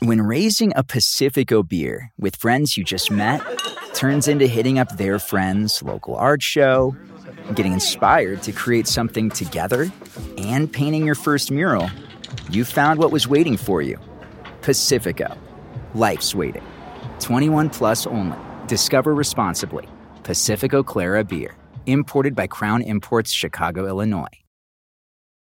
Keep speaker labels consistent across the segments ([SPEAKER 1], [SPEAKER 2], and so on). [SPEAKER 1] When raising a Pacifico beer with friends you just met turns into hitting up their friends' local art show, getting inspired to create something together, and painting your first mural, you found what was waiting for you Pacifico. Life's waiting. 21 plus only. Discover responsibly. Pacifico Clara beer, imported by Crown Imports, Chicago, Illinois.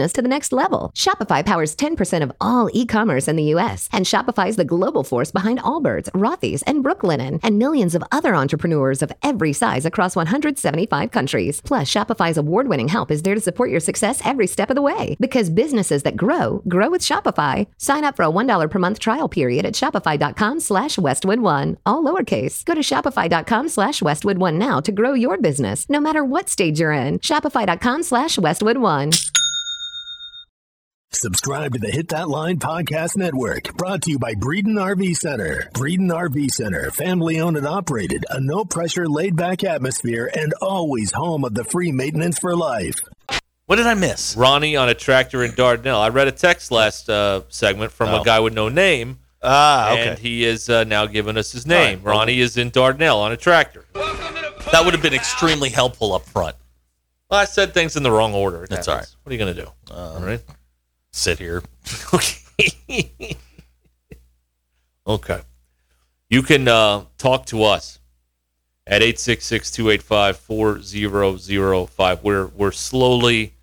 [SPEAKER 2] to the next level. Shopify powers 10% of all e-commerce in the US, and Shopify is the global force behind Allbirds, Rothy's, and Brooklinen, and millions of other entrepreneurs of every size across 175 countries. Plus, Shopify's award-winning help is there to support your success every step of the way. Because businesses that grow grow with Shopify. Sign up for a $1 per month trial period at Shopify.com slash Westwood1. All lowercase. Go to Shopify.com slash Westwood1 now to grow your business, no matter what stage you're in. Shopify.com slash Westwood1.
[SPEAKER 3] Subscribe to the Hit That Line Podcast Network, brought to you by Breeden RV Center. Breeden RV Center, family owned and operated, a no pressure, laid back atmosphere, and always home of the free maintenance for life.
[SPEAKER 4] What did I miss?
[SPEAKER 5] Ronnie on a tractor in Dardanelle. I read a text last uh, segment from
[SPEAKER 4] Oh.
[SPEAKER 5] a guy with no name,
[SPEAKER 4] Ah, okay.
[SPEAKER 5] and he is uh, now giving us his name.
[SPEAKER 4] All right.
[SPEAKER 5] Ronnie is in Dardanelle on a tractor. Well,
[SPEAKER 4] that would have been extremely helpful up front.
[SPEAKER 5] I said things in the wrong order. It
[SPEAKER 4] That's
[SPEAKER 5] happens.
[SPEAKER 4] all right. Uh,
[SPEAKER 5] What are you going to do? all right.
[SPEAKER 4] Sit here.
[SPEAKER 5] okay. okay. You can uh, talk to us at 866-285-4005. We're we're slowly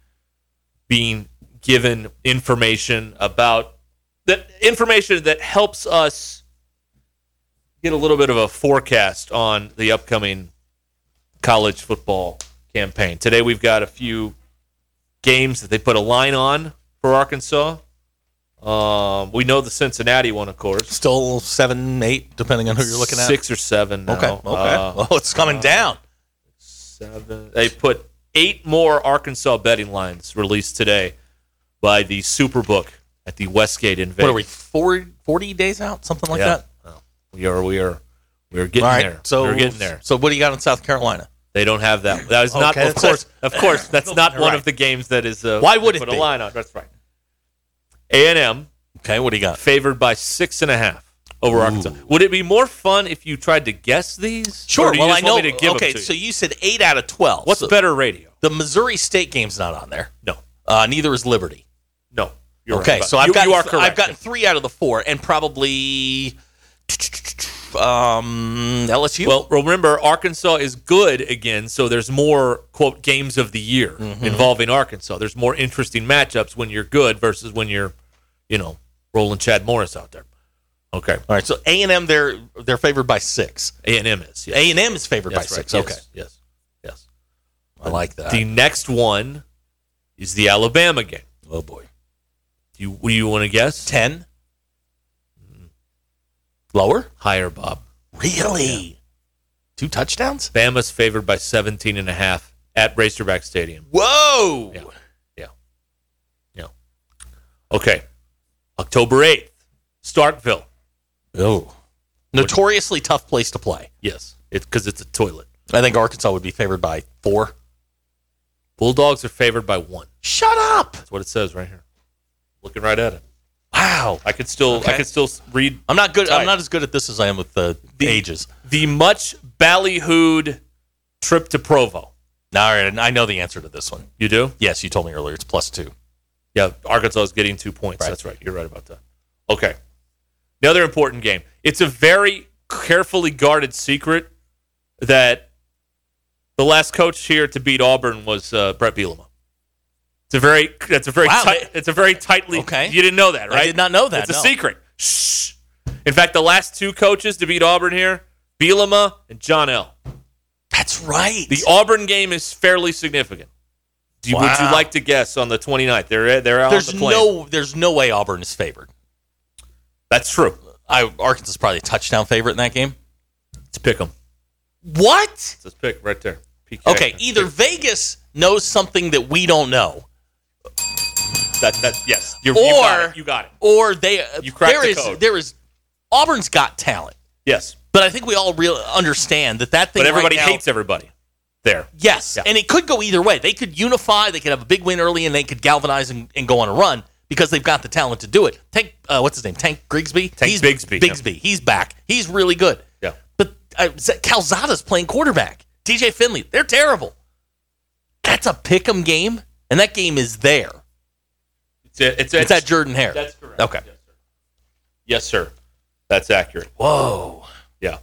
[SPEAKER 5] being given information about that information that helps us get a little bit of a forecast on the upcoming college football campaign. Today we've got a few games that they put a line on for Arkansas. Um, we know the Cincinnati one, of course.
[SPEAKER 4] Still seven, eight, depending on who you're looking at.
[SPEAKER 5] six or seven. Now.
[SPEAKER 4] Okay. Okay.
[SPEAKER 5] Uh,
[SPEAKER 4] oh, it's coming down.
[SPEAKER 5] seven. Uh, They put eight more Arkansas betting lines released today by the Superbook at the Westgate in Vegas.
[SPEAKER 4] What are we? Four, 40 days out, something like
[SPEAKER 5] Yeah.
[SPEAKER 4] that.
[SPEAKER 5] Oh, we are. We are. We are getting
[SPEAKER 4] All right.
[SPEAKER 5] there.
[SPEAKER 4] So
[SPEAKER 5] we're getting there.
[SPEAKER 4] So what do you got in South Carolina?
[SPEAKER 5] They don't have that. That is not.
[SPEAKER 4] Okay,
[SPEAKER 5] of
[SPEAKER 4] that's-
[SPEAKER 5] course. Of course. That's not one
[SPEAKER 4] Right.
[SPEAKER 5] of the games that is. Uh,
[SPEAKER 4] Why would
[SPEAKER 5] they
[SPEAKER 4] it
[SPEAKER 5] put
[SPEAKER 4] be?
[SPEAKER 5] a line on? That's right. A and M
[SPEAKER 4] Okay. What do you got?
[SPEAKER 5] favored by six and a half over Arkansas. Would it be more fun if you tried to guess these? Or
[SPEAKER 4] Sure.
[SPEAKER 5] do you
[SPEAKER 4] Well, I
[SPEAKER 5] just
[SPEAKER 4] know.
[SPEAKER 5] want me to give 'em
[SPEAKER 4] okay.
[SPEAKER 5] to you?
[SPEAKER 4] So you said eight out of twelve.
[SPEAKER 5] what's
[SPEAKER 4] So
[SPEAKER 5] better radio?
[SPEAKER 4] The Missouri State game's not on there.
[SPEAKER 5] No,
[SPEAKER 4] Uh, neither is Liberty.
[SPEAKER 5] no. You're
[SPEAKER 4] okay.
[SPEAKER 5] right about-
[SPEAKER 4] so I've
[SPEAKER 5] you,
[SPEAKER 4] got
[SPEAKER 5] you are correct.
[SPEAKER 4] I've gotten three out of the four, and probably um, LSU.
[SPEAKER 5] Well, remember Arkansas is good again, so there's more quote games of the year
[SPEAKER 4] Mm-hmm.
[SPEAKER 5] involving Arkansas. There's more interesting matchups when you're good versus when you're, you know, rolling Chad Morris out there. Okay,
[SPEAKER 4] all right. So A and M they're they're favored by six.
[SPEAKER 5] A and M is yes.
[SPEAKER 4] A and M is favored
[SPEAKER 5] That's
[SPEAKER 4] by
[SPEAKER 5] right.
[SPEAKER 4] six.
[SPEAKER 5] Yes,
[SPEAKER 4] Okay.
[SPEAKER 5] yes, yes.
[SPEAKER 4] I like that.
[SPEAKER 5] The next one is the Alabama game.
[SPEAKER 4] oh boy.
[SPEAKER 5] Do you, do you want to guess?
[SPEAKER 4] Ten. Lower.
[SPEAKER 5] Higher, Bob.
[SPEAKER 4] Really? Two touchdowns?
[SPEAKER 5] Bama's favored by 17 and a half at Racerback Stadium.
[SPEAKER 4] Whoa!
[SPEAKER 5] Yeah. Yeah. Yeah. Okay. October 8th, Starkville.
[SPEAKER 4] Oh. Notoriously tough place to play.
[SPEAKER 5] Yes. It's because it's a toilet.
[SPEAKER 4] I think Arkansas would be favored by four.
[SPEAKER 5] Bulldogs are favored by one.
[SPEAKER 4] Shut up!
[SPEAKER 5] That's what it says right here. Looking right at it.
[SPEAKER 4] Wow.
[SPEAKER 5] I could still I
[SPEAKER 4] Okay.
[SPEAKER 5] could still read
[SPEAKER 4] I'm not good.
[SPEAKER 5] Tight.
[SPEAKER 4] I'm not as good at this as I am with the,
[SPEAKER 5] The-
[SPEAKER 4] ages.
[SPEAKER 5] the much ballyhooed trip to Provo.
[SPEAKER 4] Now, all right, and I know the answer to this one.
[SPEAKER 5] You do?
[SPEAKER 4] Yes, you told me earlier. It's plus two.
[SPEAKER 5] Yeah, Arkansas is getting two points.
[SPEAKER 4] Right.
[SPEAKER 5] That's right. You're right about that. Okay. The other important game. It's a very carefully guarded secret that the last coach here to beat Auburn was uh, Brett Bielema. It's a very that's a very
[SPEAKER 4] Wow.
[SPEAKER 5] tight, it's a very tightly
[SPEAKER 4] Okay.
[SPEAKER 5] You didn't know that,
[SPEAKER 4] I
[SPEAKER 5] right?
[SPEAKER 4] did not know that,
[SPEAKER 5] It's a
[SPEAKER 4] no.
[SPEAKER 5] secret. Shh. In fact, the last two coaches to beat Auburn here, Bielema and John L.
[SPEAKER 4] That's right.
[SPEAKER 5] The Auburn game is fairly significant. Do you, Would you
[SPEAKER 4] Wow.
[SPEAKER 5] like to guess on the 29th? They're they're out on
[SPEAKER 4] there's
[SPEAKER 5] the plane.
[SPEAKER 4] no. There's no way Auburn is favored.
[SPEAKER 5] That's true.
[SPEAKER 4] I Arkansas is probably a touchdown favorite in that game.
[SPEAKER 5] Let's pick them.
[SPEAKER 4] What?
[SPEAKER 5] Let's pick right there. PK.
[SPEAKER 4] Okay, either Vegas knows something that we don't know,
[SPEAKER 5] that, that yes, you're, you got
[SPEAKER 4] Or-
[SPEAKER 5] it. You got it.
[SPEAKER 4] or they uh,
[SPEAKER 5] You cracked
[SPEAKER 4] there
[SPEAKER 5] the
[SPEAKER 4] is-
[SPEAKER 5] code.
[SPEAKER 4] there is Auburn's got talent,
[SPEAKER 5] Yes,
[SPEAKER 4] but I think we all real understand that that thing.
[SPEAKER 5] but everybody
[SPEAKER 4] right now-
[SPEAKER 5] hates everybody. There.
[SPEAKER 4] Yes,
[SPEAKER 5] Yeah.
[SPEAKER 4] and it could go either way. They could unify. They could have a big win early, and they could galvanize and, and go on a run because they've got the talent to do it. Tank, uh, what's his name? Tank Grigsby.
[SPEAKER 5] Tank
[SPEAKER 4] he's,
[SPEAKER 5] Bigsby, yeah.
[SPEAKER 4] Bigsby. He's back. He's really good.
[SPEAKER 5] Yeah.
[SPEAKER 4] But uh, Z- Calzada's playing quarterback. DJ Finley. They're terrible. That's a pick'em game, and that game is there.
[SPEAKER 5] It's it. It's,
[SPEAKER 4] It's,
[SPEAKER 5] it's-
[SPEAKER 4] at Jordan Hare.
[SPEAKER 5] That's correct.
[SPEAKER 4] Okay.
[SPEAKER 5] Yes, sir. That's accurate.
[SPEAKER 4] Whoa.
[SPEAKER 5] Yeah.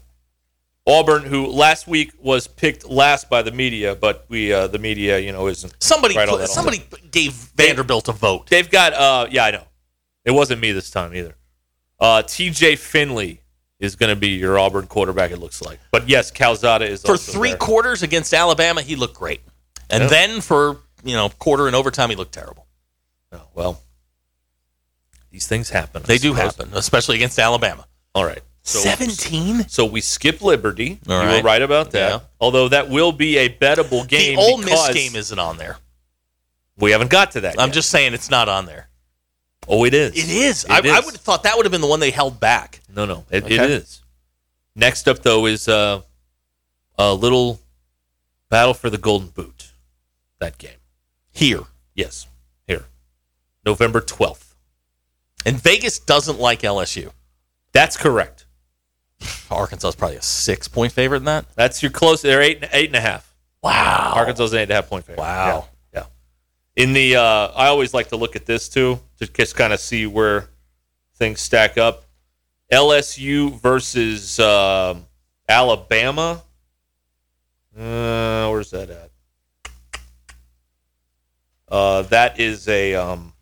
[SPEAKER 5] Auburn, who last week was picked last by the media, but we uh, the media, you know, isn't
[SPEAKER 4] Somebody.
[SPEAKER 5] Right on that, on
[SPEAKER 4] somebody gave Vanderbilt a vote.
[SPEAKER 5] They've got uh yeah, I know. It wasn't me this time either. Uh TJ Finley is gonna be your Auburn quarterback, it looks like. But yes, Calzada is
[SPEAKER 4] for
[SPEAKER 5] also
[SPEAKER 4] three
[SPEAKER 5] there.
[SPEAKER 4] quarters against Alabama, he looked great, and
[SPEAKER 5] Yeah.
[SPEAKER 4] then for you know quarter and overtime, he looked terrible.
[SPEAKER 5] Oh, well. These things happen. I
[SPEAKER 4] They do
[SPEAKER 5] suppose.
[SPEAKER 4] happen, especially against Alabama.
[SPEAKER 5] All right. So
[SPEAKER 4] Seventeen.
[SPEAKER 5] so we skip Liberty.
[SPEAKER 4] All
[SPEAKER 5] you were
[SPEAKER 4] right.
[SPEAKER 5] right about that.
[SPEAKER 4] Yeah.
[SPEAKER 5] Although that will be a bettable game.
[SPEAKER 4] the Ole Miss
[SPEAKER 5] because
[SPEAKER 4] game isn't on there.
[SPEAKER 5] we haven't got to that.
[SPEAKER 4] I'm
[SPEAKER 5] yet.
[SPEAKER 4] just saying it's not on there.
[SPEAKER 5] Oh it is.
[SPEAKER 4] It is. I,
[SPEAKER 5] It
[SPEAKER 4] I
[SPEAKER 5] is.
[SPEAKER 4] would have thought that would have been the one they held back.
[SPEAKER 5] No, no, it, it
[SPEAKER 4] Okay.
[SPEAKER 5] is. Next up, though, is uh, a little battle for the Golden Boot. That game.
[SPEAKER 4] Here.
[SPEAKER 5] Yes, here. November 12th.
[SPEAKER 4] And Vegas doesn't like LSU.
[SPEAKER 5] That's correct.
[SPEAKER 4] Arkansas is probably a six point favorite in that.
[SPEAKER 5] That's your close. They're eight, eight and a half.
[SPEAKER 4] Wow.
[SPEAKER 5] Arkansas's an eight and a half point favorite.
[SPEAKER 4] Wow.
[SPEAKER 5] Yeah. yeah. In the, uh, I always like to look at this too, to just kind of see where things stack up. LSU versus um, Alabama. Uh, where's that at? Uh, that is a. Um,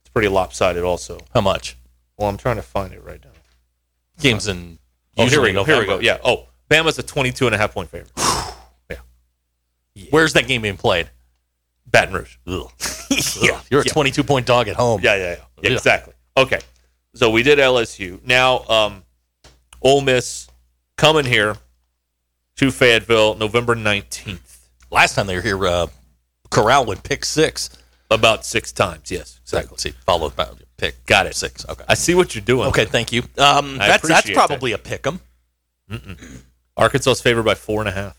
[SPEAKER 5] it's pretty lopsided, also.
[SPEAKER 4] How much?
[SPEAKER 5] Well, I'm trying to find it right now.
[SPEAKER 4] Games in.
[SPEAKER 5] Oh, here
[SPEAKER 4] usually
[SPEAKER 5] we go. Here we go.
[SPEAKER 4] November.
[SPEAKER 5] Yeah. Oh, Bama's a 22 and a half point favorite.
[SPEAKER 4] Where's that game being played?
[SPEAKER 5] Baton Rouge.
[SPEAKER 4] Ugh. You're a 22 point dog at home.
[SPEAKER 5] Yeah, yeah, yeah.
[SPEAKER 4] Yeah.
[SPEAKER 5] Exactly. Okay. So we did LSU. Now, um, Ole Miss coming here to Fayetteville November 19th.
[SPEAKER 4] Last time they were here, uh, Corral would pick six.
[SPEAKER 5] About six times. Yes, exactly.
[SPEAKER 4] See, followed by pick. Got it. Six. Okay.
[SPEAKER 5] I see what you're doing.
[SPEAKER 4] Okay. Thank you. Um, that's
[SPEAKER 5] I
[SPEAKER 4] that's
[SPEAKER 5] appreciate that.
[SPEAKER 4] probably a pick 'em.
[SPEAKER 5] Arkansas's favored by four and a half.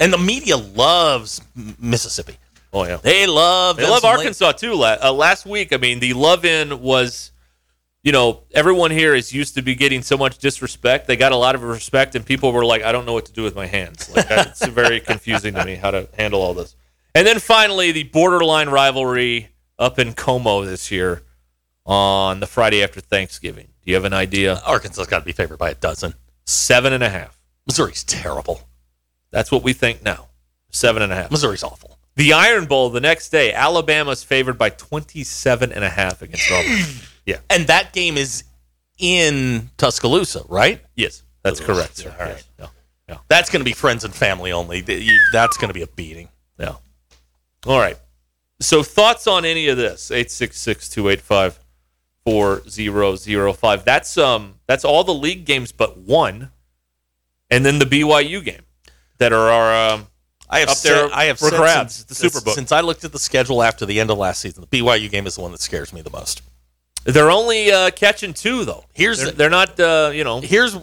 [SPEAKER 4] And the media loves M- Mississippi.
[SPEAKER 5] Oh, yeah.
[SPEAKER 4] They love.
[SPEAKER 5] They love
[SPEAKER 4] Benson Lane.
[SPEAKER 5] Arkansas too. La- uh, last week, I mean, the love in was, you know, everyone here is used to be getting so much disrespect. They got a lot of respect, and people were like, "I don't know what to do with my hands." Like, I- it's very confusing to me how to handle all this. And then finally, the borderline rivalry up in Como this year on the Friday after Thanksgiving. Do you have an idea?
[SPEAKER 4] Arkansas's got to be favored by a dozen.
[SPEAKER 5] Seven and a half.
[SPEAKER 4] Missouri's terrible.
[SPEAKER 5] That's what we think now. Seven and a half.
[SPEAKER 4] Missouri's awful.
[SPEAKER 5] The Iron Bowl the next day. Alabama's favored by 27 and a half against Auburn.
[SPEAKER 4] And that game is in Tuscaloosa, right?
[SPEAKER 5] Yes, that's correct, sir.
[SPEAKER 4] All right.
[SPEAKER 5] Yes. No.
[SPEAKER 4] That's going to be friends and family only. Th- you- That's going to be a beating.
[SPEAKER 5] No. All right. So thoughts on any of this? 866-285-4005. That's um that's all the league games but one. And then the BYU game that are our um,
[SPEAKER 4] I have
[SPEAKER 5] Up
[SPEAKER 4] said-
[SPEAKER 5] there
[SPEAKER 4] I have
[SPEAKER 5] for
[SPEAKER 4] said
[SPEAKER 5] grabs,
[SPEAKER 4] since-
[SPEAKER 5] the Super Bowl.
[SPEAKER 4] Since I looked at the schedule after the end of last season, the BYU game is the one that scares me the most.
[SPEAKER 5] they're only uh, catching two though.
[SPEAKER 4] Here's
[SPEAKER 5] They're,
[SPEAKER 4] the-
[SPEAKER 5] they're not uh, you know
[SPEAKER 4] here's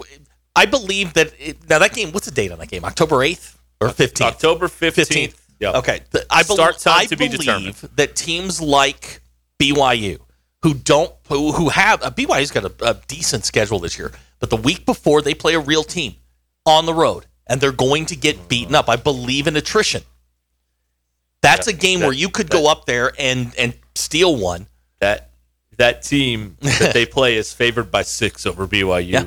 [SPEAKER 4] I believe that it, now that game. What's the date on that game? October eighth or fifteenth?
[SPEAKER 5] October 15th. Yeah.
[SPEAKER 4] Okay. The- I, bel-
[SPEAKER 5] Start time
[SPEAKER 4] I
[SPEAKER 5] to be
[SPEAKER 4] believe
[SPEAKER 5] determined.
[SPEAKER 4] that teams like BYU, who don't, who, who have uh, BYU's got a, a decent schedule this year, but the week before they play a real team on the road, and they're going to get beaten up. I believe in attrition. That's a game
[SPEAKER 5] that-
[SPEAKER 4] where you could go up there and and steal one.
[SPEAKER 5] that that team that they play is favored by six over BYU
[SPEAKER 4] Yeah.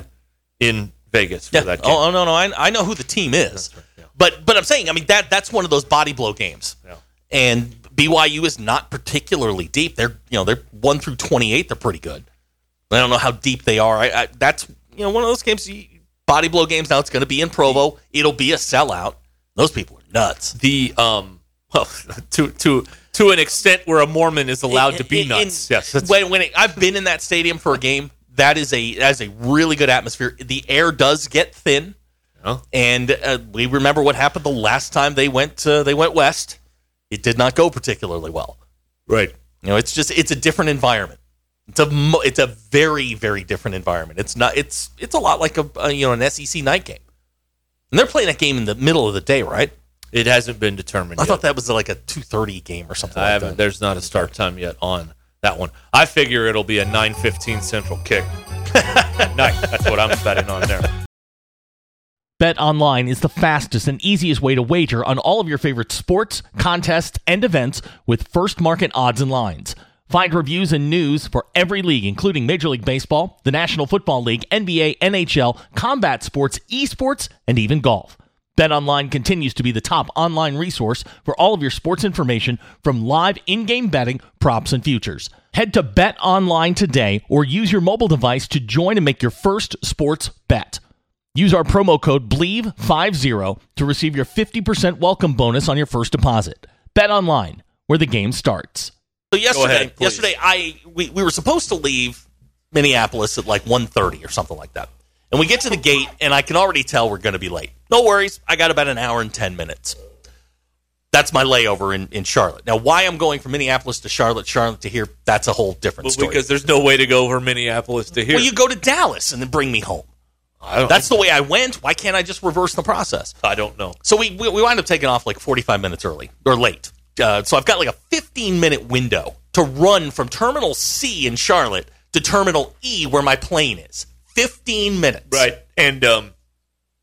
[SPEAKER 5] in Vegas for that game.
[SPEAKER 4] Oh, oh, no, no. I, I know who the team is. But but I'm saying, I mean that that's one of those body blow games.
[SPEAKER 5] Yeah.
[SPEAKER 4] And BYU is not particularly deep. They're you know they're one through 28. They're pretty good. I don't know how deep they are. I, I that's you know one of those games. You, body blow games. Now it's going to be in Provo. It'll be a sellout. Those people are nuts.
[SPEAKER 5] the um well to to to an extent where a Mormon is allowed to be
[SPEAKER 4] In- in-
[SPEAKER 5] nuts. yes, that's,
[SPEAKER 4] When when it, I've been in that stadium for a game, that is a that is a really good atmosphere. The air does get thin,
[SPEAKER 5] Oh.
[SPEAKER 4] and uh, we remember what happened the last time they went uh, they went west. It did not go particularly well.
[SPEAKER 5] Right.
[SPEAKER 4] You know, it's just it's a different environment. It's a mo- it's a very very different environment. It's not it's it's a lot like a, a you know an SEC night game, and they're playing that game in the middle of the day, right?
[SPEAKER 5] It hasn't been determined.
[SPEAKER 4] I
[SPEAKER 5] yet.
[SPEAKER 4] thought that was like a two thirty game or something.
[SPEAKER 5] I
[SPEAKER 4] like
[SPEAKER 5] haven't.
[SPEAKER 4] That.
[SPEAKER 5] There's not a start time yet on that one. I figure it'll be a 9:15 Central kick. Night. That's what I'm betting on there.
[SPEAKER 6] BetOnline is the fastest and easiest way to wager on all of your favorite sports, contests, and events with first market odds and lines. Find reviews and news for every league, including Major League Baseball, the National Football League, NBA, NHL, combat sports, esports, and even golf. BetOnline continues to be the top online resource for all of your sports information from live in-game betting, props, and futures. Head to BetOnline today or use your mobile device to join and make your first sports bet. Use our promo code BLEAV50 to receive your 50% welcome bonus on your first deposit. Bet online, where the game starts.
[SPEAKER 4] So yesterday,
[SPEAKER 5] ahead, please.
[SPEAKER 4] yesterday I we, we were supposed to leave Minneapolis at like 1.30 or something like that. And we get to the gate and I can already tell we're going to be late. No worries, I got about an hour and 10 minutes. That's my layover in, in Charlotte. Now, why I'm going from Minneapolis to Charlotte, Charlotte to here, that's a whole different
[SPEAKER 5] Well,
[SPEAKER 4] story.
[SPEAKER 5] because there's no way to go over Minneapolis to here.
[SPEAKER 4] well, you go to Dallas and then bring me home.
[SPEAKER 5] I don't.
[SPEAKER 4] That's the way I went. Why can't I just reverse the process?
[SPEAKER 5] I don't know.
[SPEAKER 4] So we, we we wind up taking off like 45 minutes early or late. Uh, so I've got like a 15 minute window to run from Terminal C in Charlotte to Terminal E where my plane is. 15 minutes.
[SPEAKER 5] Right. And um,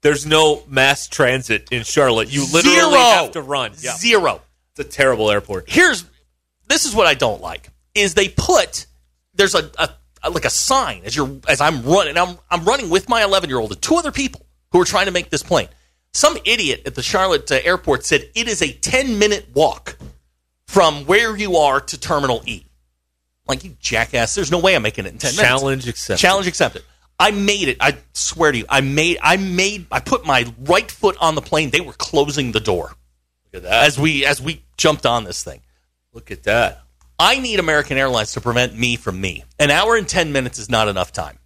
[SPEAKER 5] there's no mass transit in Charlotte. You literally
[SPEAKER 4] Zero.
[SPEAKER 5] have to run. Yeah.
[SPEAKER 4] Zero.
[SPEAKER 5] It's a terrible airport.
[SPEAKER 4] Here's this is what I don't like is they put there's a, a, a- like a sign as you're as I'm running I'm I'm running with my 11 year old and two other people who are trying to make this plane. Some idiot at the Charlotte uh, airport said it is a 10 minute walk from where you are to Terminal E. Like you jackass, there's no way I'm making it in 10 minutes.
[SPEAKER 5] Challenge accepted.
[SPEAKER 4] Challenge accepted. I made it. I swear to you, I made. I made. I put my right foot on the plane. They were closing the door
[SPEAKER 5] Look at that.
[SPEAKER 4] as we as we jumped on this thing.
[SPEAKER 5] Look at that.
[SPEAKER 4] I need American Airlines to prevent me from me. An hour and ten minutes is not enough time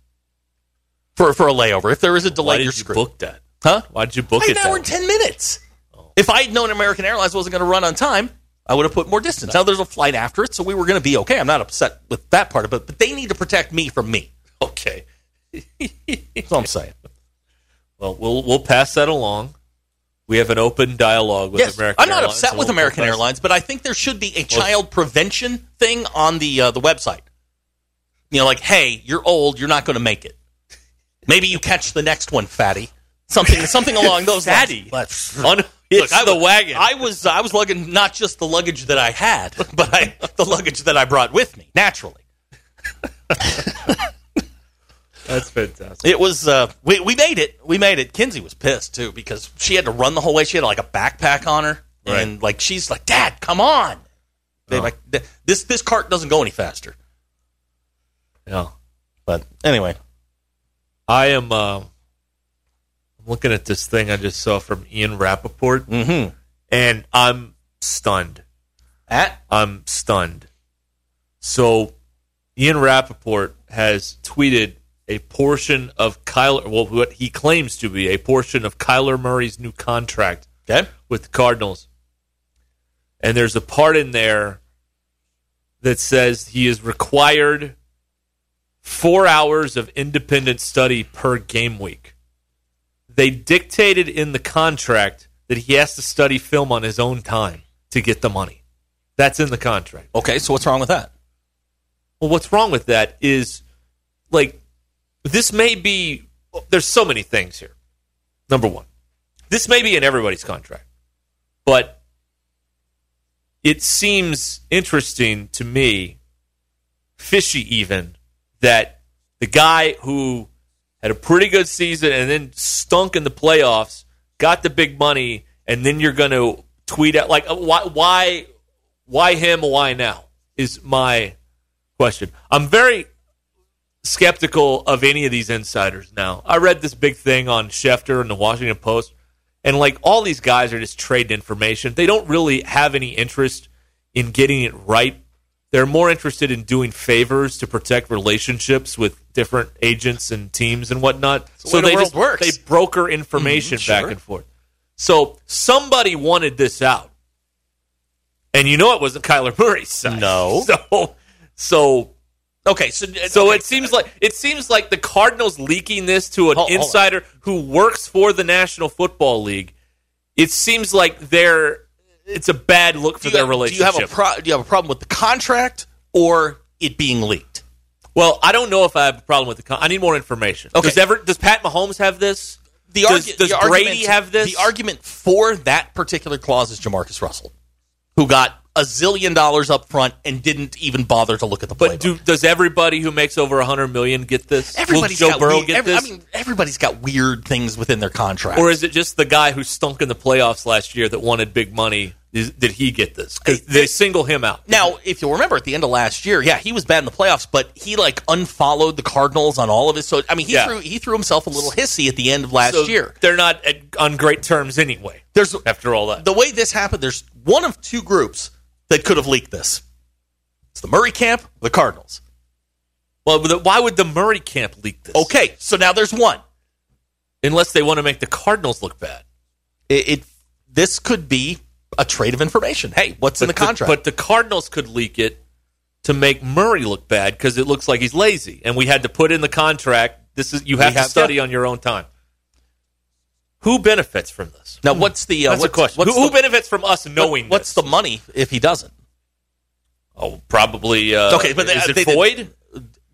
[SPEAKER 4] for for a layover. If there is a
[SPEAKER 5] Why
[SPEAKER 4] delay,
[SPEAKER 5] did
[SPEAKER 4] you're
[SPEAKER 5] you
[SPEAKER 4] screwed.
[SPEAKER 5] book that?
[SPEAKER 4] Huh?
[SPEAKER 5] Why'd you book
[SPEAKER 4] An
[SPEAKER 5] it that
[SPEAKER 4] hour
[SPEAKER 5] way?
[SPEAKER 4] and ten minutes. If I had known American Airlines wasn't going to run on time, I would have put more distance. Now there's a flight after it, so we were going to be okay. I'm not upset with that part of it, but they need to protect me from me.
[SPEAKER 5] Okay.
[SPEAKER 4] That's all I'm saying.
[SPEAKER 5] Well, we'll we'll pass that along. We have an open dialogue with
[SPEAKER 4] Yes,
[SPEAKER 5] American.
[SPEAKER 4] I'm not
[SPEAKER 5] Airlines,
[SPEAKER 4] upset
[SPEAKER 5] and
[SPEAKER 4] with
[SPEAKER 5] we'll
[SPEAKER 4] American
[SPEAKER 5] pass-
[SPEAKER 4] Airlines, but I think there should be a child prevention thing on the uh, the website. You know, like, hey, you're old, you're not going to make it. Maybe you catch the next one, fatty. Something, something along those
[SPEAKER 5] Fatty?
[SPEAKER 4] lines. But-
[SPEAKER 5] On, it's
[SPEAKER 4] I
[SPEAKER 5] the
[SPEAKER 4] was-
[SPEAKER 5] wagon.
[SPEAKER 4] I was I was lugging not just the luggage that I had, but I, the luggage that I brought with me. Naturally,
[SPEAKER 5] That's fantastic.
[SPEAKER 4] it was uh, we we made it. We made it. Kinsey was pissed too because she had to run the whole way. She had like a backpack on her, and like she's like, "Dad, come on!" They like th- this this cart doesn't go any faster.
[SPEAKER 5] Yeah.
[SPEAKER 4] But anyway,
[SPEAKER 5] I am uh, I'm looking at this thing I just saw from Ian Rappaport,
[SPEAKER 4] mm-hmm.
[SPEAKER 5] and I'm stunned.
[SPEAKER 4] at
[SPEAKER 5] I'm stunned. So, Ian Rappaport has tweeted a portion of Kyler, well, what he claims to be a portion of Kyler Murray's new contract
[SPEAKER 4] okay,
[SPEAKER 5] with the Cardinals. And there's a part in there that says he is required four hours of independent study per game week. They dictated in the contract that he has to study film on his own time to get the money. That's in the contract.
[SPEAKER 4] okay. So what's wrong with that?
[SPEAKER 5] Well, what's wrong with that is like this may be there's so many things here. Number 1. This may be in everybody's contract. But it seems interesting to me fishy even that the guy who had a pretty good season and then stunk in the playoffs got the big money and then you're going to tweet out like why why why him why now is my question. I'm very skeptical of any of these insiders now. I read this big thing on Schefter and the Washington Post, and like all these guys are just trading information. They don't really have any interest in getting it right. They're more interested in doing favors to protect relationships with different agents and teams and whatnot.
[SPEAKER 4] the way the
[SPEAKER 5] they
[SPEAKER 4] world
[SPEAKER 5] just
[SPEAKER 4] works.
[SPEAKER 5] they broker information
[SPEAKER 4] Mhm, sure.
[SPEAKER 5] back and forth. So somebody wanted this out, and you know it wasn't Kyler Murray's side.
[SPEAKER 4] No.
[SPEAKER 5] so so
[SPEAKER 4] Okay, so
[SPEAKER 5] so it seems like it seems like the Cardinals leaking this to an
[SPEAKER 4] Hold- hold on.
[SPEAKER 5] insider who works for the National Football League. It seems like they're it's a bad look for
[SPEAKER 4] do you
[SPEAKER 5] their
[SPEAKER 4] have-
[SPEAKER 5] relationship.
[SPEAKER 4] Do you have a pro- do you have a problem with the contract or it being leaked?
[SPEAKER 5] well, I don't know if I have a problem with the. Con- I need more information.
[SPEAKER 4] Okay.
[SPEAKER 5] Does ever does Pat Mahomes have this?
[SPEAKER 4] The
[SPEAKER 5] does,
[SPEAKER 4] argu-
[SPEAKER 5] does
[SPEAKER 4] the
[SPEAKER 5] Brady
[SPEAKER 4] argument-
[SPEAKER 5] have this?
[SPEAKER 4] The argument for that particular clause is Jamarcus Russell, who got a zillion dollars up front and didn't even bother to look at the playbook.
[SPEAKER 5] But do, does everybody who makes over a hundred million get this? Will
[SPEAKER 4] everybody's
[SPEAKER 5] Joe
[SPEAKER 4] got
[SPEAKER 5] Burrow
[SPEAKER 4] weird-
[SPEAKER 5] get
[SPEAKER 4] every-
[SPEAKER 5] this?
[SPEAKER 4] I mean, everybody's got weird things within their contract.
[SPEAKER 5] or is it just the guy who stunk in the playoffs last year that wanted big money? Is, did he get this? 'Cause they single him out.
[SPEAKER 4] Now, if you'll remember at the end of last year, yeah, he was bad in the playoffs, but he like unfollowed the Cardinals on all of his. So I mean, he
[SPEAKER 5] Yeah.
[SPEAKER 4] threw he threw himself a little hissy at the end of last
[SPEAKER 5] So
[SPEAKER 4] year.
[SPEAKER 5] They're not at, on great terms anyway.
[SPEAKER 4] There's
[SPEAKER 5] After all that,
[SPEAKER 4] the way this happened. There's one of two groups that could have leaked this. It's the Murray camp, the Cardinals.
[SPEAKER 5] well, but why would the Murray camp leak this?
[SPEAKER 4] Okay, so now there's one.
[SPEAKER 5] unless they want to make the Cardinals look bad.
[SPEAKER 4] It, it this could be a trade of information. Hey, what's in the
[SPEAKER 5] But
[SPEAKER 4] contract?
[SPEAKER 5] but the Cardinals could leak it to make Murray look bad because it looks like he's lazy, and we had to put in the contract. This is you have,
[SPEAKER 4] have-
[SPEAKER 5] to study on your own time. Who benefits from this?
[SPEAKER 4] now, what's the uh,
[SPEAKER 5] Hmm. That's
[SPEAKER 4] what's,
[SPEAKER 5] a question.
[SPEAKER 4] What's
[SPEAKER 5] who, who
[SPEAKER 4] the,
[SPEAKER 5] benefits from us knowing
[SPEAKER 4] what- what's
[SPEAKER 5] this?
[SPEAKER 4] the money if he doesn't?
[SPEAKER 5] oh probably uh,
[SPEAKER 4] Okay, but they-
[SPEAKER 5] is it
[SPEAKER 4] they did-
[SPEAKER 5] void?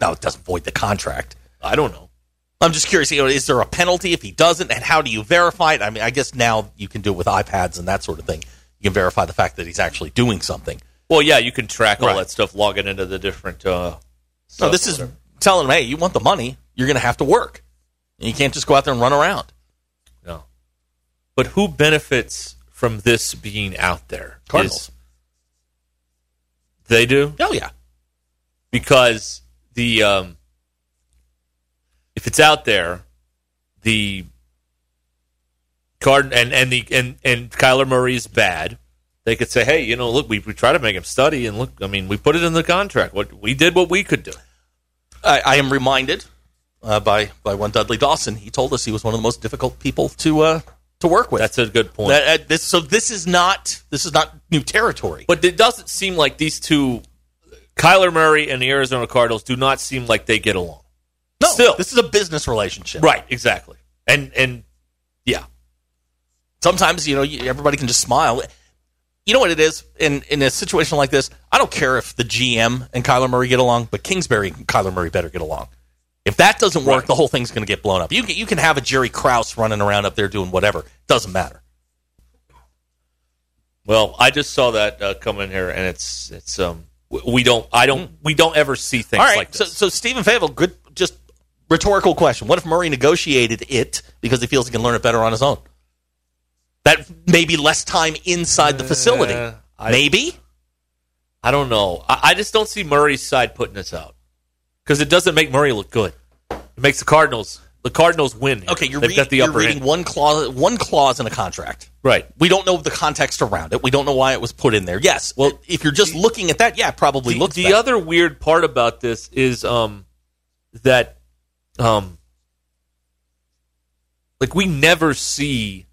[SPEAKER 4] No, it doesn't void the contract.
[SPEAKER 5] I don't know.
[SPEAKER 4] I'm just curious. You know, is there a penalty if he doesn't, and how do you verify it? I mean, I guess now you can do it with iPads and that sort of thing. You can verify the fact that he's actually doing something.
[SPEAKER 5] Well, yeah, you can track all
[SPEAKER 4] Right.
[SPEAKER 5] that stuff, logging into the different. Uh,
[SPEAKER 4] No,
[SPEAKER 5] stuff
[SPEAKER 4] this
[SPEAKER 5] or
[SPEAKER 4] is
[SPEAKER 5] whatever.
[SPEAKER 4] telling him, hey, you want the money, you're going to have to work. You can't just go out there and run around.
[SPEAKER 5] No. But who benefits from this being out there?
[SPEAKER 4] Cardinals.
[SPEAKER 5] Is- They do?
[SPEAKER 4] Oh yeah,
[SPEAKER 5] Because the um if it's out there, the card and, and the and, and Kyler Murray is bad. They could say, Hey, you know, look, we, we try to make him study and look I mean, we put it in the contract. What we did what we could do.
[SPEAKER 4] I, I am reminded uh, by by one Dudley Dawson. He told us he was one of the most difficult people to uh, to work with.
[SPEAKER 5] That's a good point.
[SPEAKER 4] That- uh, this, so this is not this is not new territory.
[SPEAKER 5] But it doesn't seem like these two, Kyler Murray and the Arizona Cardinals, do not seem like they get along.
[SPEAKER 4] no,
[SPEAKER 5] still.
[SPEAKER 4] this is a business relationship.
[SPEAKER 5] Right, exactly. And and yeah,
[SPEAKER 4] sometimes you know you, everybody can just smile. You know what it is in in a situation like this. I don't care if the GM and Kyler Murray get along, but Kingsbury and Kyler Murray better get along. If that doesn't work, the whole thing's going to get blown up. You can, you can have a Jerry Krause running around up there doing whatever. Doesn't matter.
[SPEAKER 5] well, I just saw that uh, come in here, and it's it's um w- we don't I don't we don't ever see things
[SPEAKER 4] All right.
[SPEAKER 5] like
[SPEAKER 4] so
[SPEAKER 5] this.
[SPEAKER 4] so Stephen Favel, good just rhetorical question. What if Murray negotiated it because he feels he can learn it better on his own? That may be less time inside the facility.
[SPEAKER 5] Uh, I-
[SPEAKER 4] Maybe.
[SPEAKER 5] I don't know. I, I just don't see Murray's side putting this out because it doesn't make Murray look good. It makes the Cardinals the Cardinals win. here.
[SPEAKER 4] Okay, you're,
[SPEAKER 5] They've
[SPEAKER 4] read-
[SPEAKER 5] got the
[SPEAKER 4] you're
[SPEAKER 5] upper
[SPEAKER 4] reading
[SPEAKER 5] hand.
[SPEAKER 4] one clause one clause in a contract.
[SPEAKER 5] right.
[SPEAKER 4] We don't know the context around it. We don't know why it was put in there. Yes. Well, if you're just looking at that, yeah, it probably
[SPEAKER 5] the,
[SPEAKER 4] looks
[SPEAKER 5] the
[SPEAKER 4] bad.
[SPEAKER 5] other weird part about this is um that um like we never see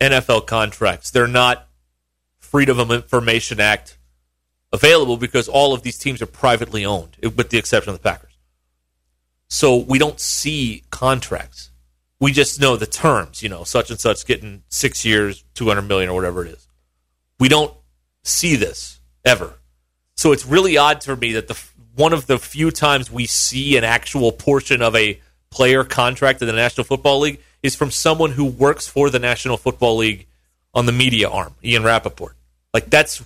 [SPEAKER 5] NFL contracts. They're not Freedom of Information Act available because all of these teams are privately owned, with the exception of the Packers. So we don't see contracts. We just know the terms, you know, such and such getting six years, 200 million or whatever it is. We don't see this ever. So it's really odd for me that the f- one of the few times we see an actual portion of a player contract in the National Football League is from someone who works for the National Football League on the media arm, Ian Rappaport. Like that's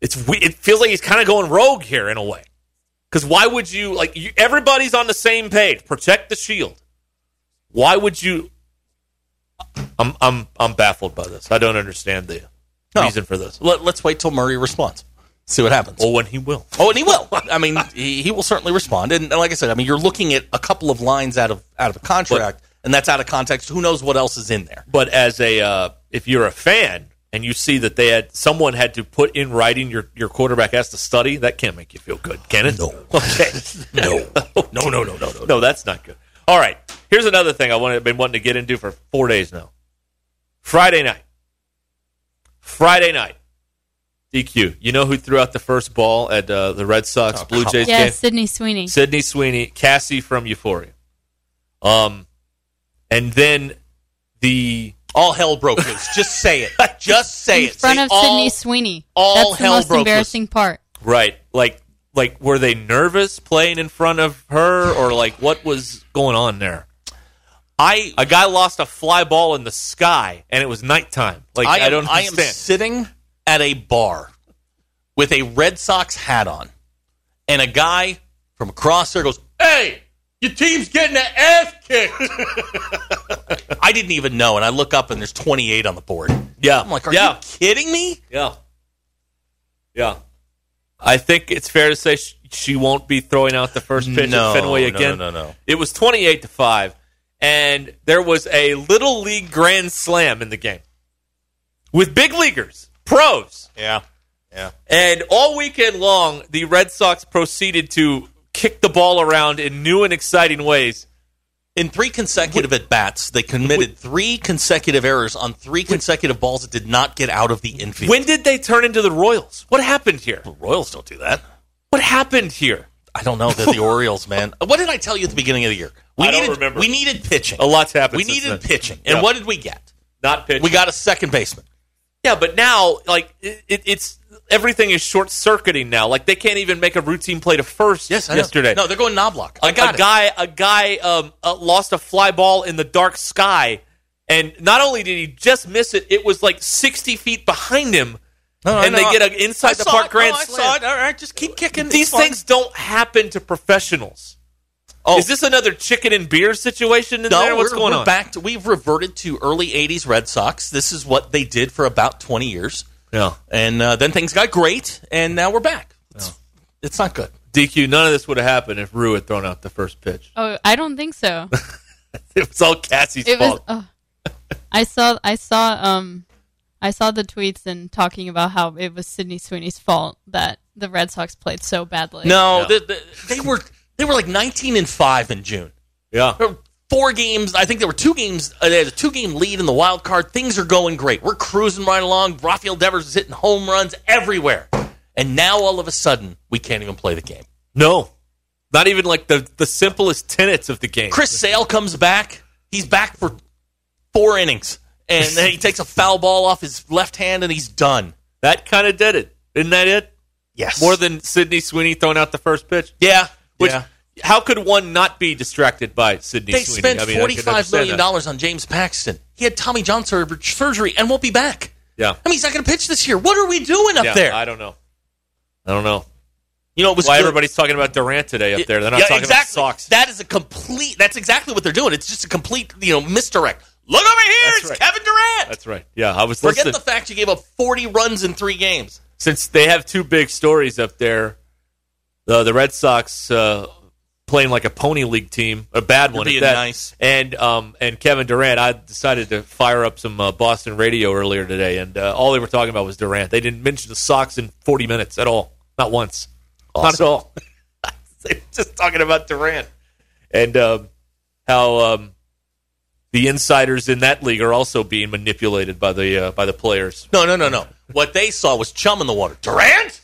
[SPEAKER 5] it's we- it feels like he's kind of going rogue here in a way. Cuz why would you like you, everybody's on the same page, protect the shield. Why would you I'm I'm I'm baffled by this. I don't understand the
[SPEAKER 4] No.
[SPEAKER 5] reason for this.
[SPEAKER 4] Let, us wait till Murray responds. See what happens.
[SPEAKER 5] Well, when he will.
[SPEAKER 4] Oh, and he will. I mean, he, he will certainly respond. And, and like I said, I mean, you're looking at a couple of lines out of out of a contract, and that's out of context. Who knows what else is in there?
[SPEAKER 5] but as a uh, if you're a fan and you see that they had someone had to put in writing your, your quarterback has to study, that can't make you feel good, can it? No. Okay. no.
[SPEAKER 4] No, no, no, no, no.
[SPEAKER 5] No, that's not good. All right. Here's another thing I wanted been wanting to get into for four days now. Friday night. Friday night. DQ. You know who threw out the first ball at uh, the Red
[SPEAKER 4] Oh,
[SPEAKER 5] Sox Blue Jays
[SPEAKER 7] Yeah,
[SPEAKER 5] game?
[SPEAKER 7] Sydney Sweeney.
[SPEAKER 5] Sydney Sweeney, Cassie from Euphoria. Um, and then the
[SPEAKER 4] All hell broke loose. Just say it. Just say
[SPEAKER 7] in
[SPEAKER 4] it.
[SPEAKER 7] front
[SPEAKER 4] Say
[SPEAKER 7] of
[SPEAKER 4] all-
[SPEAKER 7] Sydney Sweeney.
[SPEAKER 4] all
[SPEAKER 7] That's the
[SPEAKER 4] hell
[SPEAKER 7] most
[SPEAKER 4] broke loose.
[SPEAKER 7] embarrassing part.
[SPEAKER 5] right, like like were they nervous playing in front of her, or like what was going on there?
[SPEAKER 4] I,
[SPEAKER 5] A guy lost a fly ball in the sky, and it was nighttime. Like
[SPEAKER 4] I,
[SPEAKER 5] I,
[SPEAKER 4] am,
[SPEAKER 5] don't
[SPEAKER 4] I am
[SPEAKER 5] understand.
[SPEAKER 4] sitting at a bar with a Red Sox hat on, and a guy from across there goes, "Hey, your team's getting the ass kicked." I didn't even know, and I look up and there's 28 on the board.
[SPEAKER 5] yeah,
[SPEAKER 4] I'm like, "Are
[SPEAKER 5] yeah,
[SPEAKER 4] you kidding me?"
[SPEAKER 5] yeah, yeah. I think it's fair to say she, she won't be throwing out the first pitch
[SPEAKER 4] No,
[SPEAKER 5] at Fenway
[SPEAKER 4] no,
[SPEAKER 5] again.
[SPEAKER 4] no, no, no.
[SPEAKER 5] It was twenty-eight to five, and there was a little league grand slam in the game with big leaguers, pros.
[SPEAKER 4] Yeah.
[SPEAKER 5] And all weekend long, the Red Sox proceeded to kick the ball around in new and exciting ways.
[SPEAKER 4] In three consecutive at bats, they committed three consecutive errors on three consecutive balls that did not get out of the infield.
[SPEAKER 5] When did they turn into the Royals? What happened here?
[SPEAKER 4] the Royals don't do that.
[SPEAKER 5] What happened here?
[SPEAKER 4] I don't know. They're the Orioles, man. Uh, What did I tell you at the beginning of the year? We
[SPEAKER 5] I don't
[SPEAKER 4] needed,
[SPEAKER 5] remember.
[SPEAKER 4] We needed pitching.
[SPEAKER 5] A lot's happened.
[SPEAKER 4] We
[SPEAKER 5] since
[SPEAKER 4] needed
[SPEAKER 5] then.
[SPEAKER 4] pitching. And
[SPEAKER 5] Yeah.
[SPEAKER 4] what did we get?
[SPEAKER 5] Not pitching.
[SPEAKER 4] We got a second baseman.
[SPEAKER 5] yeah, but now like it, it, it's everything is short circuiting now. Like they can't even make a routine play to first. yesterday.
[SPEAKER 4] No, they're going knoblock.
[SPEAKER 5] A-
[SPEAKER 4] I got
[SPEAKER 5] a
[SPEAKER 4] it.
[SPEAKER 5] guy. A guy um, uh, lost a fly ball in the dark sky, and not only did he just miss it, it was like sixty feet behind him,
[SPEAKER 4] no,
[SPEAKER 5] and
[SPEAKER 4] no,
[SPEAKER 5] they
[SPEAKER 4] I-
[SPEAKER 5] get an
[SPEAKER 4] I
[SPEAKER 5] inside the
[SPEAKER 4] saw
[SPEAKER 5] park
[SPEAKER 4] it.
[SPEAKER 5] grand
[SPEAKER 4] No, I
[SPEAKER 5] slam.
[SPEAKER 4] saw it. All right, just keep kicking.
[SPEAKER 5] These
[SPEAKER 4] It's fine.
[SPEAKER 5] things don't happen to professionals.
[SPEAKER 4] Oh.
[SPEAKER 5] Is this another chicken and beer situation in
[SPEAKER 4] No,
[SPEAKER 5] there? What's
[SPEAKER 4] we're,
[SPEAKER 5] going
[SPEAKER 4] we're
[SPEAKER 5] on?
[SPEAKER 4] back to we've reverted to early '80s Red Sox. This is what they did for about 20 years,
[SPEAKER 5] Yeah.
[SPEAKER 4] and uh, then things got great, and now we're back. It's, it's not good.
[SPEAKER 5] DQ, none of this would have happened if Rue had thrown out the first pitch.
[SPEAKER 7] Oh, I don't think so.
[SPEAKER 5] It was all Cassie's
[SPEAKER 7] It was.
[SPEAKER 5] fault.
[SPEAKER 7] Oh, I saw. I saw. Um, I saw the tweets and talking about how it was Sydney Sweeney's fault that the Red Sox played so badly.
[SPEAKER 4] No,
[SPEAKER 5] No.
[SPEAKER 4] They, they, they were they were like 19 and five in June.
[SPEAKER 5] yeah.
[SPEAKER 4] There were four games. I think there were two games. Uh, they had a two game lead in the wild card. Things are going great. We're cruising right along. Rafael Devers is hitting home runs everywhere. And now all of a sudden, we can't even play the game.
[SPEAKER 5] No. Not even like the, the simplest tenets of the game.
[SPEAKER 4] Chris Sale comes back. He's back for four innings. And then he takes a foul ball off his left hand and he's done.
[SPEAKER 5] that kind of did it. Isn't that it?
[SPEAKER 4] Yes.
[SPEAKER 5] More than Sidney Sweeney throwing out the first pitch.
[SPEAKER 4] Yeah.
[SPEAKER 5] Which,
[SPEAKER 4] yeah.
[SPEAKER 5] How could one not be distracted by Sidney
[SPEAKER 4] They
[SPEAKER 5] Sweeney?
[SPEAKER 4] spent
[SPEAKER 5] I mean, I could
[SPEAKER 4] $45
[SPEAKER 5] understand
[SPEAKER 4] million
[SPEAKER 5] that.
[SPEAKER 4] dollars on James Paxton. He had Tommy John sur- surgery and won't be back.
[SPEAKER 5] Yeah.
[SPEAKER 4] I mean, he's not going to pitch this year. What are we doing up
[SPEAKER 5] Yeah,
[SPEAKER 4] there?
[SPEAKER 5] I don't know. I don't know.
[SPEAKER 4] you know, it was
[SPEAKER 5] Why
[SPEAKER 4] good-
[SPEAKER 5] everybody's talking about Durant today up there. They're not
[SPEAKER 4] Yeah,
[SPEAKER 5] talking
[SPEAKER 4] exactly.
[SPEAKER 5] about socks.
[SPEAKER 4] That is a complete. That's exactly what they're doing. It's just a complete, you know, misdirect. Look over here,
[SPEAKER 5] That's
[SPEAKER 4] it's
[SPEAKER 5] right.
[SPEAKER 4] Kevin Durant.
[SPEAKER 5] That's right. Yeah, I was
[SPEAKER 4] Forget
[SPEAKER 5] listening.
[SPEAKER 4] the fact you gave up 40 runs in three games.
[SPEAKER 5] Since they have two big stories up there, the the Red Sox uh, playing like a pony league team, a bad one. at
[SPEAKER 4] being
[SPEAKER 5] that.
[SPEAKER 4] nice.
[SPEAKER 5] And um and Kevin Durant, I decided to fire up some uh, Boston radio earlier today, and uh, all they were talking about was Durant. They didn't mention the Sox in 40 minutes at all, not once, not at all. they were just talking about Durant and um, how. Um, the insiders in that league are also being manipulated by the uh, by the players.
[SPEAKER 4] No, no, no, no. what they saw was chum in the water. Durant.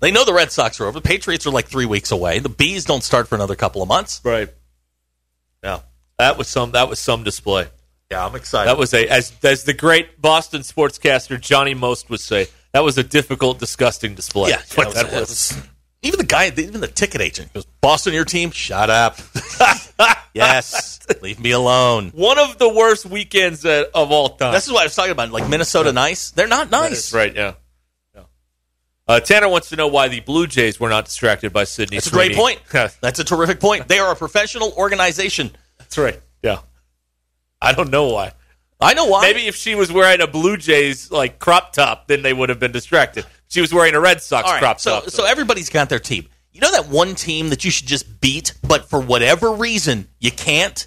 [SPEAKER 4] they know the Red Sox are over. The Patriots are like three weeks away. The bees don't start for another couple of months.
[SPEAKER 5] Right. Yeah. That was some that was some display.
[SPEAKER 4] Yeah, I'm excited.
[SPEAKER 5] That was a as as the great Boston sportscaster Johnny Most would say, that was a difficult, disgusting display.
[SPEAKER 4] yeah,
[SPEAKER 5] That's what
[SPEAKER 4] that was- Even the guy, even the ticket agent goes, Boston, your team, shut up. yes, leave me alone.
[SPEAKER 5] One of the worst weekends uh, of all time.
[SPEAKER 4] This is what I was talking about. Like Minnesota nice. They're not nice.
[SPEAKER 5] That's right, yeah. Yeah. Uh, Tanner wants to know why the Blue Jays were not distracted by Sydney.
[SPEAKER 4] That's a great
[SPEAKER 5] Sweeney.
[SPEAKER 4] point. That's a terrific point. They are a professional organization.
[SPEAKER 5] That's right. Yeah. I don't know why.
[SPEAKER 4] I know why.
[SPEAKER 5] Maybe if she was wearing a Blue Jays like crop top, then they would have been distracted. She was wearing a Red Sox
[SPEAKER 4] All right,
[SPEAKER 5] crop
[SPEAKER 4] so,
[SPEAKER 5] top.
[SPEAKER 4] so everybody's got their team. You know that one team that you should just beat, but for whatever reason you can't?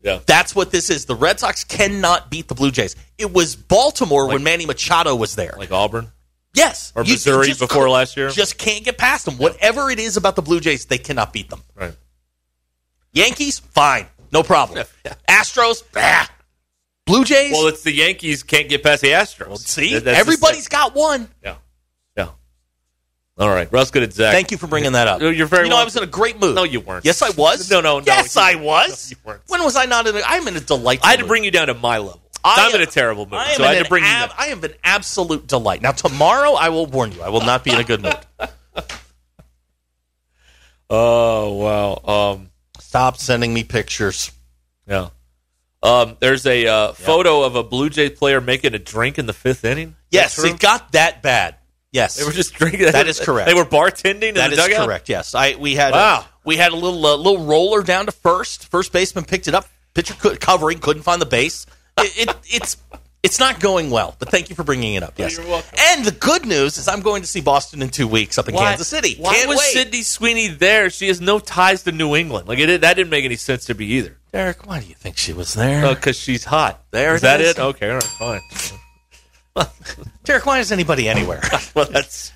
[SPEAKER 5] Yeah.
[SPEAKER 4] That's what this is. The Red Sox cannot beat the Blue Jays. It was Baltimore when Manny Machado was there.
[SPEAKER 5] Like Auburn
[SPEAKER 4] yes.
[SPEAKER 5] or
[SPEAKER 4] You- you
[SPEAKER 5] Missouri
[SPEAKER 4] just
[SPEAKER 5] before
[SPEAKER 4] cou-
[SPEAKER 5] last year.
[SPEAKER 4] Just can't get past them. Whatever it is about the Blue Jays, they cannot beat them.
[SPEAKER 5] right.
[SPEAKER 4] Yankees, fine. No problem.
[SPEAKER 5] Yeah.
[SPEAKER 4] Astros, bah. Blue Jays,
[SPEAKER 5] Well, it's the Yankees can't get past the Astros.
[SPEAKER 4] see?
[SPEAKER 5] That- that's the
[SPEAKER 4] Everybody's got one.
[SPEAKER 5] same. yeah, yeah. All right, Russ, good at Zach.
[SPEAKER 4] Thank you for bringing that up.
[SPEAKER 5] No, you're very
[SPEAKER 4] You know, I
[SPEAKER 5] welcome.
[SPEAKER 4] was in a great mood.
[SPEAKER 5] No, you weren't.
[SPEAKER 4] Yes, I was.
[SPEAKER 5] No, no, no,
[SPEAKER 4] Yes,
[SPEAKER 5] you-
[SPEAKER 4] I was.
[SPEAKER 5] no, you weren't.
[SPEAKER 4] When was I not in? A, I'm in a delightful.
[SPEAKER 5] I had to
[SPEAKER 4] mood.
[SPEAKER 5] bring you down to my level.
[SPEAKER 4] I
[SPEAKER 5] I'm in a
[SPEAKER 4] am-
[SPEAKER 5] terrible mood,
[SPEAKER 4] I am
[SPEAKER 5] so
[SPEAKER 4] in
[SPEAKER 5] I had to
[SPEAKER 4] an
[SPEAKER 5] bring you.
[SPEAKER 4] ab-
[SPEAKER 5] down.
[SPEAKER 4] I am an absolute delight. Now tomorrow, I will warn you. I will not be in a good mood.
[SPEAKER 5] Oh wow. Um,
[SPEAKER 4] Stop sending me pictures.
[SPEAKER 5] yeah. Um, there's a uh, photo of a Blue Jay player making a drink in the fifth inning.
[SPEAKER 4] Yes,
[SPEAKER 5] Is that true?
[SPEAKER 4] it got that bad. Yes,
[SPEAKER 5] they were just drinking.
[SPEAKER 4] That is correct.
[SPEAKER 5] They were bartending. In
[SPEAKER 4] That
[SPEAKER 5] the
[SPEAKER 4] is
[SPEAKER 5] dugout?
[SPEAKER 4] correct. Yes, I we had
[SPEAKER 5] Wow.
[SPEAKER 4] a, we had a little uh, little roller down to first. First baseman picked it up. Pitcher could, covering couldn't find the base. It, it it's it's not going well. But thank you for bringing it up. Yes,
[SPEAKER 5] you're welcome.
[SPEAKER 4] And the good news is I'm going to see Boston in two weeks up in
[SPEAKER 5] Why-
[SPEAKER 4] Kansas City.
[SPEAKER 5] Why
[SPEAKER 4] Can't
[SPEAKER 5] was
[SPEAKER 4] wait.
[SPEAKER 5] Sydney Sweeney there? She has no ties to New England. Like it, that didn't make any sense to me either.
[SPEAKER 4] Derek? Why do you think she was there?
[SPEAKER 5] Oh, because she's hot.
[SPEAKER 4] There it
[SPEAKER 5] is that
[SPEAKER 4] is.
[SPEAKER 5] it? Okay, all right, fine.
[SPEAKER 4] Derek, why is anybody anywhere?
[SPEAKER 5] well, that's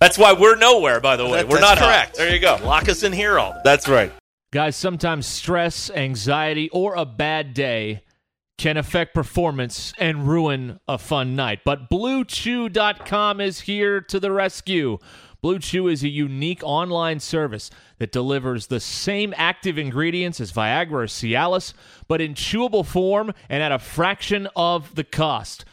[SPEAKER 5] that's why we're nowhere. By the way,
[SPEAKER 4] That-
[SPEAKER 5] we're
[SPEAKER 4] that's
[SPEAKER 5] not hot.
[SPEAKER 4] correct.
[SPEAKER 5] There you go.
[SPEAKER 4] Lock us in here all day.
[SPEAKER 5] That's right.
[SPEAKER 6] Guys, sometimes stress, anxiety, or a bad day can affect performance and ruin a fun night. But BlueChew.com is here to the rescue. Blue Chew is a unique online service that delivers the same active ingredients as Viagra or Cialis, but in chewable form and at a fraction of the cost.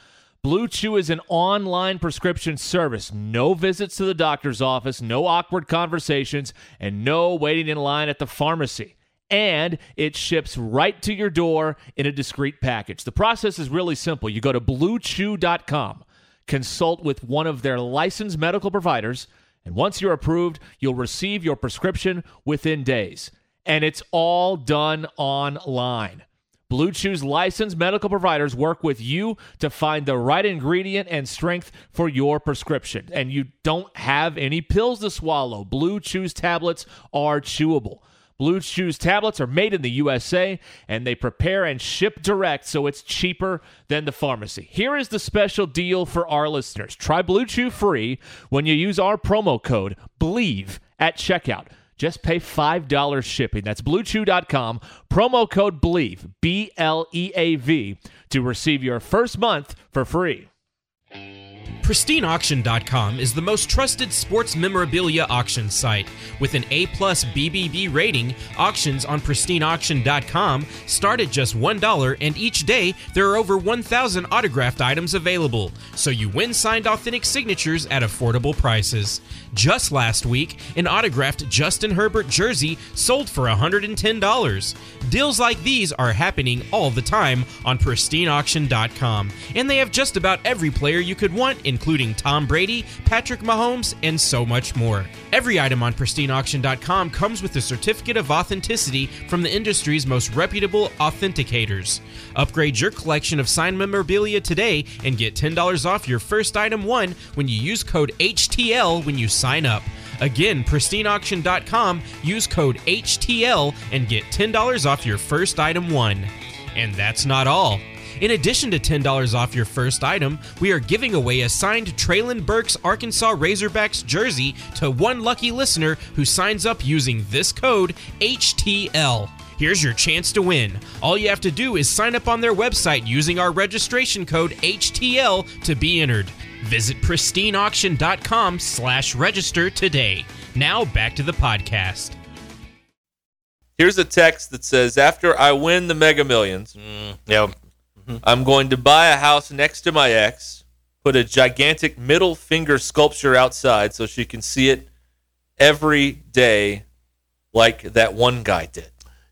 [SPEAKER 6] Blue Chew is an online prescription service. No visits to the doctor's office, no awkward conversations, and no waiting in line at the pharmacy. And it ships right to your door in a discreet package. The process is really simple. You go to bluechew.com, consult with one of their licensed medical providers, and once you're approved, you'll receive your prescription within days. And it's all done online. Blue Chew's licensed medical providers work with you to find the right ingredient and strength for your prescription. And you don't have any pills to swallow. Blue Chew's tablets are chewable. Blue Chew's tablets are made in the USA and they prepare and ship direct, so it's cheaper than the pharmacy. Here is the special deal for our listeners try Blue Chew free when you use our promo code BELIEVE at checkout. Just pay $5 shipping. That's bluechew.com, promo code BLEAV, B L E A V, to receive your first month for free.
[SPEAKER 8] PristineAuction.com is the most trusted sports memorabilia auction site. With an A plus BBB rating, auctions on PristineAuction.com start at just $1, and each day there are over 1,000 autographed items available, so you win signed authentic signatures at affordable prices. Just last week, an autographed Justin Herbert jersey sold for $110. Deals like these are happening all the time on pristineauction.com, and they have just about every player you could want, including Tom Brady, Patrick Mahomes, and so much more. Every item on pristineauction.com comes with a certificate of authenticity from the industry's most reputable authenticators. Upgrade your collection of signed memorabilia today and get $10 off your first item one when you use code HTL when you sign up. Again, pristineauction.com, use code HTL and get $10 off your first item one. And that's not all. In addition to $10 off your first item, we are giving away a signed Traylon Burks Arkansas Razorbacks jersey to one lucky listener who signs up using this code HTL. Here's your chance to win. All you have to do is sign up on their website using our registration code HTL to be entered. Visit pristineauction.com slash register today. Now back to the podcast.
[SPEAKER 5] Here's a text that says, "After I win the Mega Millions,
[SPEAKER 4] Yeah,
[SPEAKER 6] Mm-hmm.
[SPEAKER 5] I'm going to buy a house next to my ex, put a gigantic middle finger sculpture outside so she can see it every day, like that one guy did."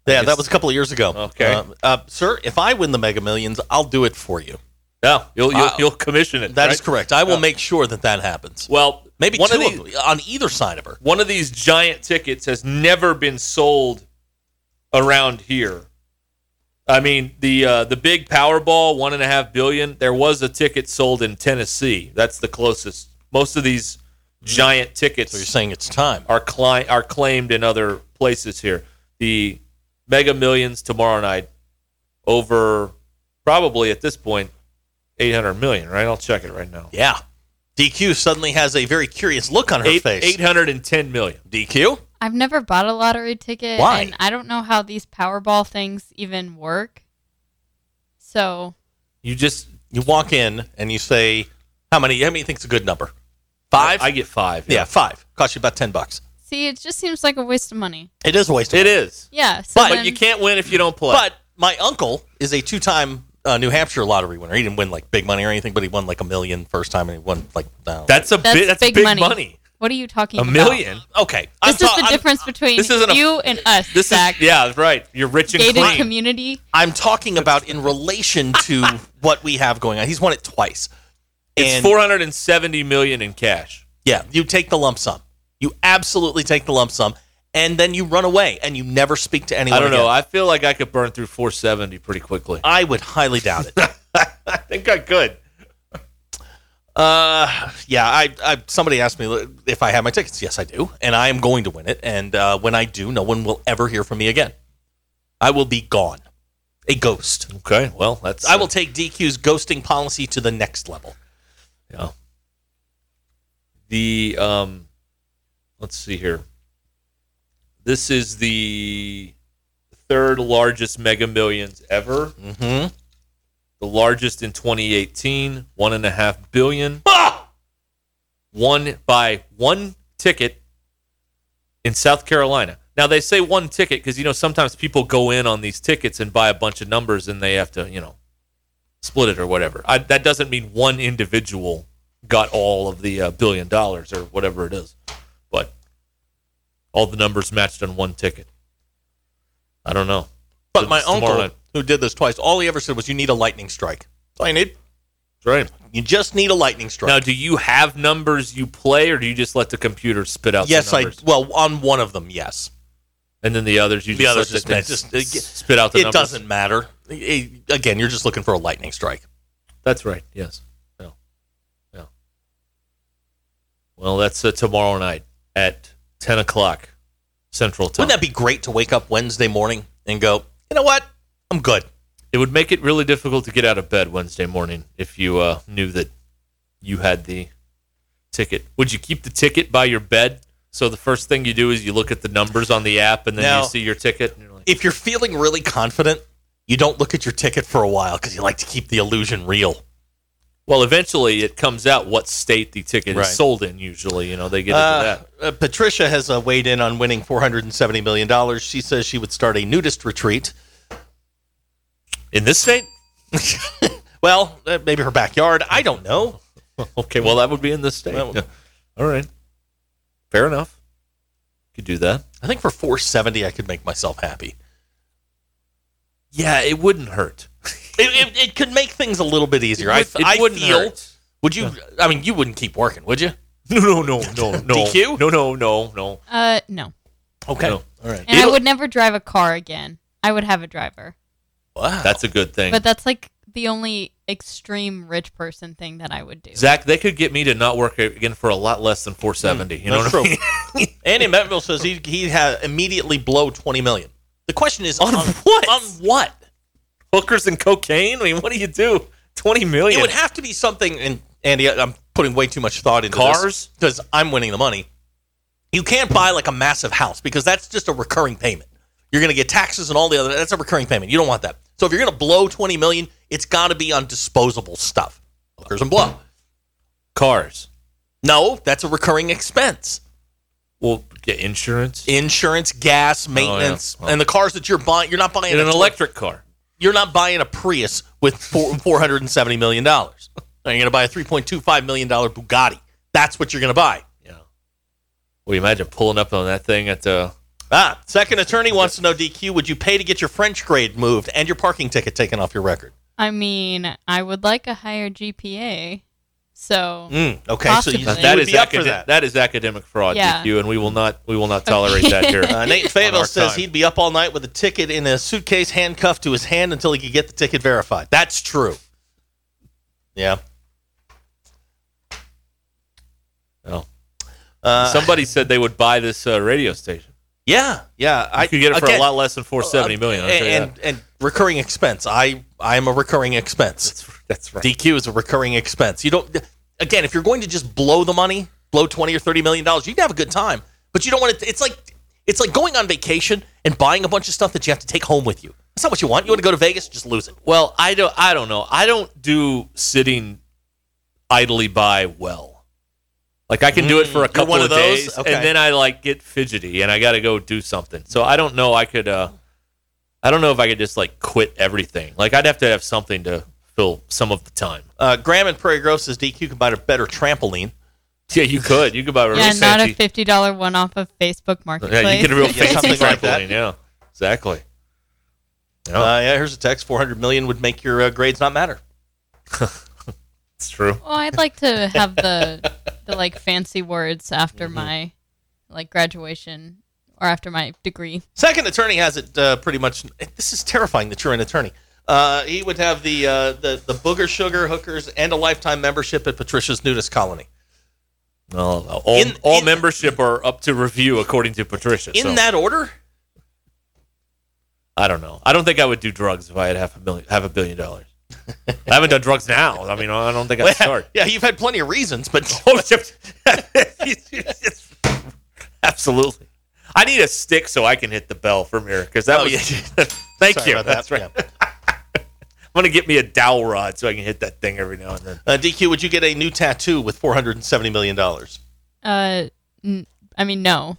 [SPEAKER 4] yeah, that was a couple of years ago.
[SPEAKER 5] Okay.
[SPEAKER 4] Uh, uh, sir, if I win the Mega Millions, I'll do it for you.
[SPEAKER 5] No, you'll you'll,
[SPEAKER 4] Wow.
[SPEAKER 5] you'll commission it.
[SPEAKER 4] That is
[SPEAKER 5] right?
[SPEAKER 4] correct. I will
[SPEAKER 5] Yeah.
[SPEAKER 4] make sure that that happens.
[SPEAKER 5] Well,
[SPEAKER 4] Maybe
[SPEAKER 5] one
[SPEAKER 4] two
[SPEAKER 5] of
[SPEAKER 4] of,
[SPEAKER 5] the-
[SPEAKER 4] them on either side of her.
[SPEAKER 5] one of these giant tickets has never been sold around here. I mean the uh, the big Powerball one and a half billion. There was a ticket sold in Tennessee. That's the closest. Most of these giant tickets
[SPEAKER 4] Mm-hmm. So you're saying it's time.
[SPEAKER 5] are cli- are claimed in other places here. The Mega Millions tomorrow night over probably at this point 800 million, right? I'll check it right now.
[SPEAKER 4] Yeah. DQ suddenly has a very curious look on her
[SPEAKER 5] Eight,
[SPEAKER 4] face.
[SPEAKER 5] 810 million.
[SPEAKER 4] DQ?
[SPEAKER 7] I've never bought a lottery ticket,
[SPEAKER 4] Why?
[SPEAKER 7] and I don't know how these Powerball things even work. So
[SPEAKER 5] You just
[SPEAKER 4] You walk in and you say, How many how many think's a good number? Five?
[SPEAKER 5] I get 5.
[SPEAKER 4] yeah, five. Cost you about ten bucks.
[SPEAKER 7] see, it just seems like a waste of money.
[SPEAKER 4] It is a waste of
[SPEAKER 5] It
[SPEAKER 4] money.
[SPEAKER 5] is.
[SPEAKER 7] Yeah, so
[SPEAKER 5] but
[SPEAKER 7] then-
[SPEAKER 5] you can't win if you don't play.
[SPEAKER 4] But my uncle is a two time uh, New Hampshire lottery winner. He didn't win like big money or anything, but he won like a million first time and he won like uh,
[SPEAKER 5] that's a
[SPEAKER 7] That's,
[SPEAKER 5] bit that's
[SPEAKER 7] big, money.
[SPEAKER 5] money.
[SPEAKER 7] What are you talking
[SPEAKER 5] A
[SPEAKER 7] about?
[SPEAKER 5] million.
[SPEAKER 4] okay. I'm
[SPEAKER 7] This is
[SPEAKER 4] ta-
[SPEAKER 7] the
[SPEAKER 4] I'm-
[SPEAKER 7] difference between
[SPEAKER 5] this isn't a-
[SPEAKER 7] you and us,
[SPEAKER 5] This
[SPEAKER 7] Zach.
[SPEAKER 5] is Yeah, right. You're rich and
[SPEAKER 7] Gated
[SPEAKER 5] clean.
[SPEAKER 7] community.
[SPEAKER 4] I'm talking about in relation to what we have going on. He's won it twice.
[SPEAKER 5] it's 470 million in cash.
[SPEAKER 4] Yeah, you take the lump sum. You absolutely take the lump sum, and then you run away and you never speak to anyone.
[SPEAKER 5] I don't know.
[SPEAKER 4] again.
[SPEAKER 5] I feel like I could burn through 470 pretty quickly.
[SPEAKER 4] I would highly doubt it.
[SPEAKER 5] I think I could.
[SPEAKER 4] uh, yeah, I, I somebody asked me if I have my tickets. Yes, I do, and I am going to win it. And uh, when I do, no one will ever hear from me again. I will be gone, a ghost.
[SPEAKER 5] Okay. Well, that's
[SPEAKER 4] I will take DQ's ghosting policy to the next level.
[SPEAKER 5] Yeah. The um let's see here. This is the third largest mega millions ever.
[SPEAKER 4] Mm-hmm.
[SPEAKER 5] The largest in 2018, one and a half billion. One by one ticket in South Carolina. Now they say one ticket because you know sometimes people go in on these tickets and buy a bunch of numbers and they have to you know split it or whatever. I, that doesn't mean one individual got all of the uh, billion dollars or whatever it is, but all the numbers matched on one ticket. I don't know,
[SPEAKER 4] But my
[SPEAKER 5] It's tomorrow
[SPEAKER 4] uncle,
[SPEAKER 5] night.
[SPEAKER 4] who did this twice, all he ever said was, "You need a lightning strike." That's all you need.
[SPEAKER 5] That's right.
[SPEAKER 4] You just need a lightning strike.
[SPEAKER 5] Now, do you have numbers you play, or do you just let the computer spit out? the
[SPEAKER 4] yes, I.
[SPEAKER 5] numbers?
[SPEAKER 4] Well, on one of them, yes.
[SPEAKER 5] And then the others, you
[SPEAKER 4] The
[SPEAKER 5] just
[SPEAKER 4] others
[SPEAKER 5] let
[SPEAKER 4] just
[SPEAKER 5] the thing
[SPEAKER 4] match- just, uh,
[SPEAKER 5] s-
[SPEAKER 4] g-
[SPEAKER 5] spit out the
[SPEAKER 4] it
[SPEAKER 5] numbers.
[SPEAKER 4] doesn't matter. It- again, you're just looking for a lightning strike.
[SPEAKER 5] That's right. Yes. Yeah. Yeah. Well, that's uh, tomorrow night at ten o'clock Central Time.
[SPEAKER 4] Wouldn't that be great to wake up Wednesday morning and go, you know what? I'm good.
[SPEAKER 5] it would make it really difficult to get out of bed Wednesday morning if you uh, knew that you had the ticket. Would you keep the ticket by your bed? So the first thing you do is you look at the numbers on the app, and then
[SPEAKER 4] No.
[SPEAKER 5] you see your ticket. And you're like,
[SPEAKER 4] If you're feeling really confident, you don't look at your ticket for a while because you like to keep the illusion real.
[SPEAKER 5] well, eventually it comes out what state the ticket
[SPEAKER 4] Right.
[SPEAKER 5] is sold in. Usually, you know they get into that.
[SPEAKER 4] uh, Patricia has uh, weighed in on winning $470 million. She says she would start a nudist retreat.
[SPEAKER 5] In this state,
[SPEAKER 4] Well, uh, maybe her backyard. I don't know.
[SPEAKER 5] okay. Well, that would be in this state.
[SPEAKER 4] Well-
[SPEAKER 5] Yeah. All right, fair enough. Could do that.
[SPEAKER 4] I think for 470 I could make myself happy.
[SPEAKER 5] Yeah, it wouldn't hurt.
[SPEAKER 4] It, it, it could make things a little bit easier. I,
[SPEAKER 5] It would- it
[SPEAKER 4] I
[SPEAKER 5] wouldn't
[SPEAKER 4] feel.
[SPEAKER 5] hurt.
[SPEAKER 4] Would you? I mean, you wouldn't keep working, would you?
[SPEAKER 5] No, no, no, no, no,
[SPEAKER 4] DQ?
[SPEAKER 5] no, no, no, no.
[SPEAKER 7] Uh, no.
[SPEAKER 4] Okay.
[SPEAKER 5] No.
[SPEAKER 4] All right.
[SPEAKER 7] And I
[SPEAKER 5] It'll-
[SPEAKER 7] would never drive a car again. I would have a driver.
[SPEAKER 4] Wow.
[SPEAKER 5] That's a good thing.
[SPEAKER 7] But that's like the only extreme rich person thing that I would do.
[SPEAKER 5] Zach, they could get me to not work again for a lot less than 470. You know
[SPEAKER 4] Hmm, That's
[SPEAKER 5] what I mean?
[SPEAKER 4] true. Andy Metville says he he had immediately blow twenty million. The question is
[SPEAKER 5] On what?
[SPEAKER 4] On what?
[SPEAKER 5] Hookers and cocaine. I mean, what do you do? 20 million.
[SPEAKER 4] It would have to be something. And Andy, I'm putting way too much thought into
[SPEAKER 5] Cars?
[SPEAKER 4] because I'm winning the money. You can't buy like a massive house because that's just a recurring payment. You're going to get taxes and all the other. That's a recurring payment. You don't want that. So if you're going to blow twenty million, it's got to be on disposable stuff. Hookers and blow.
[SPEAKER 5] cars.
[SPEAKER 4] No, that's a recurring expense.
[SPEAKER 5] Well, get insurance.
[SPEAKER 4] insurance, gas, maintenance,
[SPEAKER 5] Oh, Well-
[SPEAKER 4] and the cars that you're buying. You're not buying
[SPEAKER 5] In an
[SPEAKER 4] a-
[SPEAKER 5] electric car.
[SPEAKER 4] You're not buying a Prius with four four hundred and seventy million dollars. You're going to buy a three point two five million dollar Bugatti. That's what you're going to buy.
[SPEAKER 5] Well, you imagine pulling up on that thing at uh, the.
[SPEAKER 4] Ah, second attorney wants to know, DQ, would you pay to get your French grade moved and your parking ticket taken off your record?
[SPEAKER 7] I mean, I would like a higher GPA. So
[SPEAKER 4] Mm, okay,
[SPEAKER 7] Possibly.
[SPEAKER 4] so you,
[SPEAKER 7] But
[SPEAKER 4] you
[SPEAKER 5] that
[SPEAKER 4] would
[SPEAKER 5] is
[SPEAKER 4] be up for
[SPEAKER 5] academic.
[SPEAKER 4] that.
[SPEAKER 5] that is academic fraud,
[SPEAKER 7] Yeah.
[SPEAKER 5] DQ, and we will not we will not tolerate that here.
[SPEAKER 4] Uh, Nate
[SPEAKER 5] On
[SPEAKER 4] Fayetteville
[SPEAKER 5] our
[SPEAKER 4] says
[SPEAKER 5] time.
[SPEAKER 4] he'd be up all night with a ticket in a suitcase handcuffed to his hand until he could get the ticket verified. That's true. Yeah.
[SPEAKER 5] Oh.
[SPEAKER 4] Uh,
[SPEAKER 5] Somebody said they would buy this uh, radio station.
[SPEAKER 4] Yeah, yeah.
[SPEAKER 5] I could get it for
[SPEAKER 4] again,
[SPEAKER 5] a lot less than 470 million. I'll tell you
[SPEAKER 4] Uh, And,
[SPEAKER 5] that.
[SPEAKER 4] and recurring expense. I I am a recurring expense.
[SPEAKER 5] That's right.
[SPEAKER 4] DQ is a recurring expense. You don't again, if you're going to just blow the money, blow 20 or 30 million dollars, you can have a good time, but you don't want to it's like it's like going on vacation and buying a bunch of stuff that you have to take home with you. That's not what you want. You want to go to Vegas, just lose it.
[SPEAKER 5] Well, I don't. I don't know. I don't do sitting idly by well. Like I can do it for a couple
[SPEAKER 4] one
[SPEAKER 5] Mm. of,
[SPEAKER 4] of those?
[SPEAKER 5] days,
[SPEAKER 4] Okay.
[SPEAKER 5] and then I like get fidgety, and I got to go do something. So I don't know. I could. uh I don't know if I could just like quit everything. Like I'd have to have something to fill some of the time.
[SPEAKER 4] Uh, Graham and Prairie Grove says DQ can buy a better trampoline.
[SPEAKER 5] Yeah, you could. You could buy a
[SPEAKER 7] Yeah,
[SPEAKER 5] real
[SPEAKER 7] not a
[SPEAKER 5] fancy.
[SPEAKER 7] fifty dollar one off of Facebook Marketplace.
[SPEAKER 5] yeah, you get a real fancy
[SPEAKER 4] something
[SPEAKER 5] trampoline.
[SPEAKER 4] like that.
[SPEAKER 5] Yeah, exactly. Yeah.
[SPEAKER 4] Uh, yeah, here's a text. 400 million would make your uh, grades not matter.
[SPEAKER 5] It's true.
[SPEAKER 7] Well, I'd like to have the the like fancy words after
[SPEAKER 5] Mm-hmm.
[SPEAKER 7] my like graduation or after my degree.
[SPEAKER 4] Second attorney has it uh, pretty much. This is terrifying that you're an attorney. Uh, he would have the, uh, the the booger sugar hookers and a lifetime membership at Patricia's nudist colony.
[SPEAKER 5] No, no. all,
[SPEAKER 4] In-
[SPEAKER 5] all
[SPEAKER 4] in-
[SPEAKER 5] membership are up to review according to Patricia.
[SPEAKER 4] In
[SPEAKER 5] so
[SPEAKER 4] that order,
[SPEAKER 5] I don't know. I don't think I would do drugs if I had half a billion, half a billion dollars. I haven't done drugs now. I mean, I don't think I'd start.
[SPEAKER 4] yeah, you've had plenty of reasons, but Oh,
[SPEAKER 5] Absolutely. I need a stick so I can hit the bell from here because that
[SPEAKER 4] Oh,
[SPEAKER 5] was.
[SPEAKER 4] yeah.
[SPEAKER 5] thank
[SPEAKER 4] Sorry
[SPEAKER 5] you.
[SPEAKER 4] about that.
[SPEAKER 5] That's right. I'm gonna get me a dowel rod so I can hit that thing every now and then.
[SPEAKER 4] uh, DQ, would you get a new tattoo with 470 million dollars?
[SPEAKER 7] Uh, n- I mean, no,